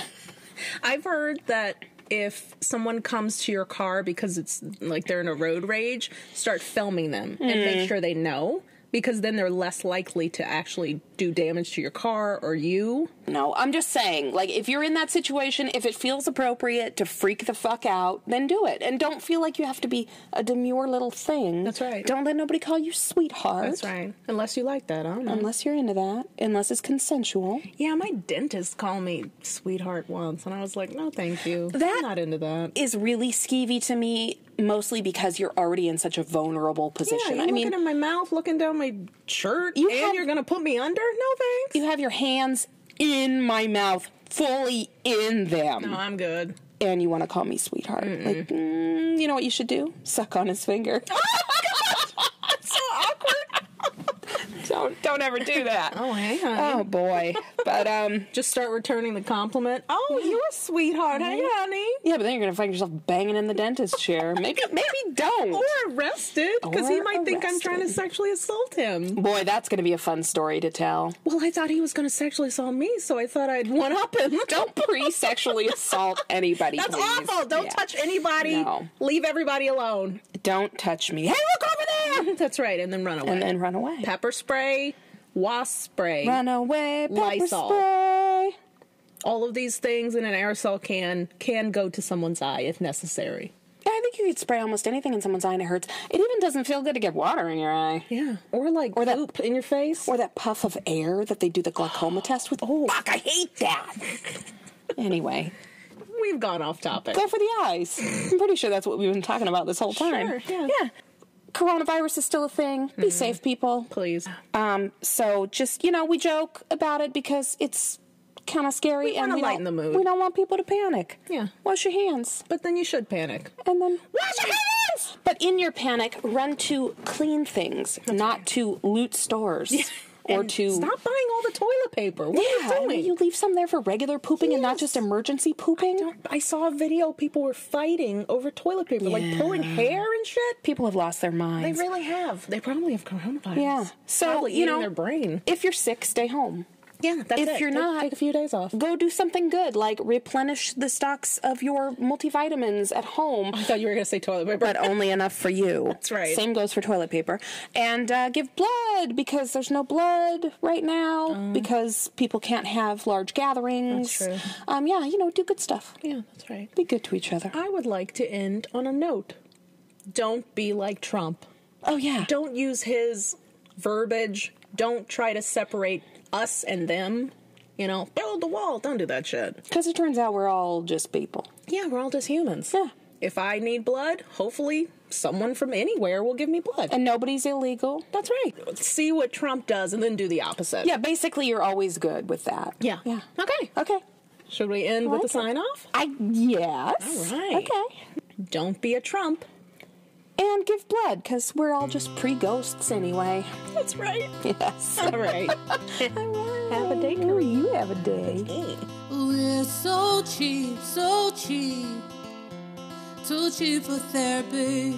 B: I've heard that if someone comes to your car because it's like they're in a road rage, start filming them and make sure they know because then they're less likely to actually do damage to your car or you.
A: No, I'm just saying, like, if you're in that situation, if it feels appropriate to freak the fuck out, then do it. And don't feel like you have to be a demure little thing.
B: That's right.
A: Don't let nobody call you sweetheart.
B: right. Um, Unless you like that, I don't know.
A: Unless you're into that, unless it's consensual.
B: yeah, my dentist called me sweetheart once and I was like, "No, thank you.
A: That-
B: I'm not into that."
A: Is really skeevy to me, mostly because you're already in such a vulnerable
B: Yeah,
A: position.
B: you're
A: I
B: looking
A: mean,
B: in my mouth, looking down my shirt,
A: You
B: and
A: have-
B: you're gonna put me under? No thanks.
A: you have your hands in my mouth, fully in them.
B: no, I'm good.
A: and you want to call me sweetheart. Like, mm, you know what you should do? Suck on his finger. so awkward. don't don't ever do that.
B: Oh, hang on.
A: Oh boy. But um
B: Just start returning the compliment. Oh, you're a sweetheart. Hey, honey.
A: yeah, but then you're gonna find yourself banging in the dentist chair. Maybe maybe don't.
B: Or arrested because he
A: Or
B: might think I'm trying to
A: arrested.
B: sexually assault him.
A: Boy, that's gonna be a fun story to tell.
B: Well, I thought he was going to sexually assault me, so I thought I'd one up him.
A: Don't pre-sexually assault anybody.
B: That's
A: please.
B: awful. Don't
A: Yeah.
B: touch anybody.
A: No.
B: Leave everybody alone.
A: Don't touch me. Hey, look over there.
B: That's right, and then run away.
A: And then run away.
B: pepper spray, wasp spray,
A: Run away. Pepper
B: Lysol.
A: spray.
B: all of these things in an aerosol can can go to someone's eye if necessary.
A: Yeah, I think you could spray almost anything in someone's eye and it hurts. It even doesn't feel good to get water in your eye.
B: Yeah, or like
A: Or that-
B: poop in your face.
A: Or that puff of air that they do the glaucoma test with. Oh, fuck, I hate that. anyway,
B: We've gone off topic.
A: go for the eyes. I'm pretty sure that's what we've been talking about this whole time.
B: Sure, yeah. Mm-hmm.
A: Coronavirus is still a thing. Be safe, people.
B: Please.
A: Um, so just, you know, we joke about it because it's kind of scary
B: We
A: and
B: wanna
A: we
B: lighten
A: don't,
B: the mood.
A: we don't want people to panic.
B: Yeah.
A: Wash your hands.
B: But then you should panic.
A: and then wash your hands. But in your panic, run to clean things, not to loot stores or
B: And
A: to.
B: stop buying all the toilet paper. What
A: Yeah,
B: are
A: I
B: you
A: mean,
B: doing?
A: you leave some there for regular pooping and not
B: Yes.
A: just emergency pooping.
B: I saw a video. People were fighting over toilet paper, like pulling hair and shit.
A: People have lost their
B: They
A: minds.
B: really have. They probably have coronavirus.
A: yeah. So
B: Probably
A: you
B: eating
A: know,
B: their brain.
A: If you're sick, stay home.
B: Yeah, that's
A: if
B: it.
A: you're
B: Take-
A: not-
B: take a few days off.
A: Go do something good, like replenish the stocks of your multivitamins at home.
B: I thought you were gonna say toilet paper.
A: but only enough for you. That's
B: right.
A: Same goes for toilet paper. And uh, give blood because there's no blood right now because people can't have large gatherings.
B: Uh. That's true.
A: Um, yeah, you know, do good stuff.
B: yeah, that's right.
A: Be good to each other.
B: I would like to end on a note. Don't be like Trump.
A: Oh yeah.
B: Don't use his verbiage. Don't try to separate us and them. You know, build the wall. Don't do that shit.
A: Because it turns out we're all just people.
B: Yeah, we're all just humans.
A: Yeah.
B: If I need blood, hopefully someone from anywhere will give me blood.
A: And nobody's illegal.
B: That's right. See what Trump does and then do the opposite.
A: Yeah, basically you're always good with that.
B: Yeah.
A: Yeah.
B: Okay.
A: Okay.
B: Should we end
A: like
B: with a
A: it.
B: sign off?
A: I yes.
B: All right.
A: Okay.
B: Don't be a Trump.
A: And give blood because we're all just pre-ghosts anyway.
B: That's right.
A: Yes.
B: All right.
A: Have a day, Corey. You have a day.
C: We're so cheap, so cheap, too cheap for therapy.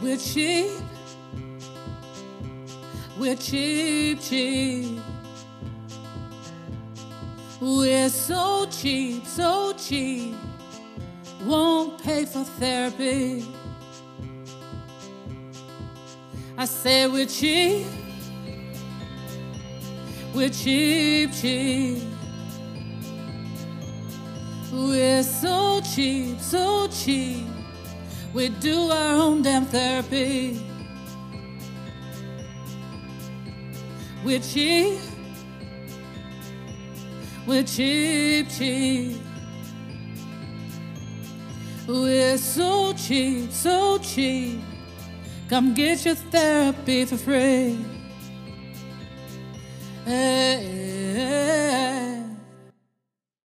C: We're cheap, we're cheap, cheap. We're so cheap, so cheap, won't pay for therapy. I say we're cheap. We're cheap, cheap. We're so cheap, so cheap. We do our own damn therapy. We're cheap. We're cheap, cheap. We're so cheap, so cheap. Come get your Eh, therapy for free. Hey, hey, eh,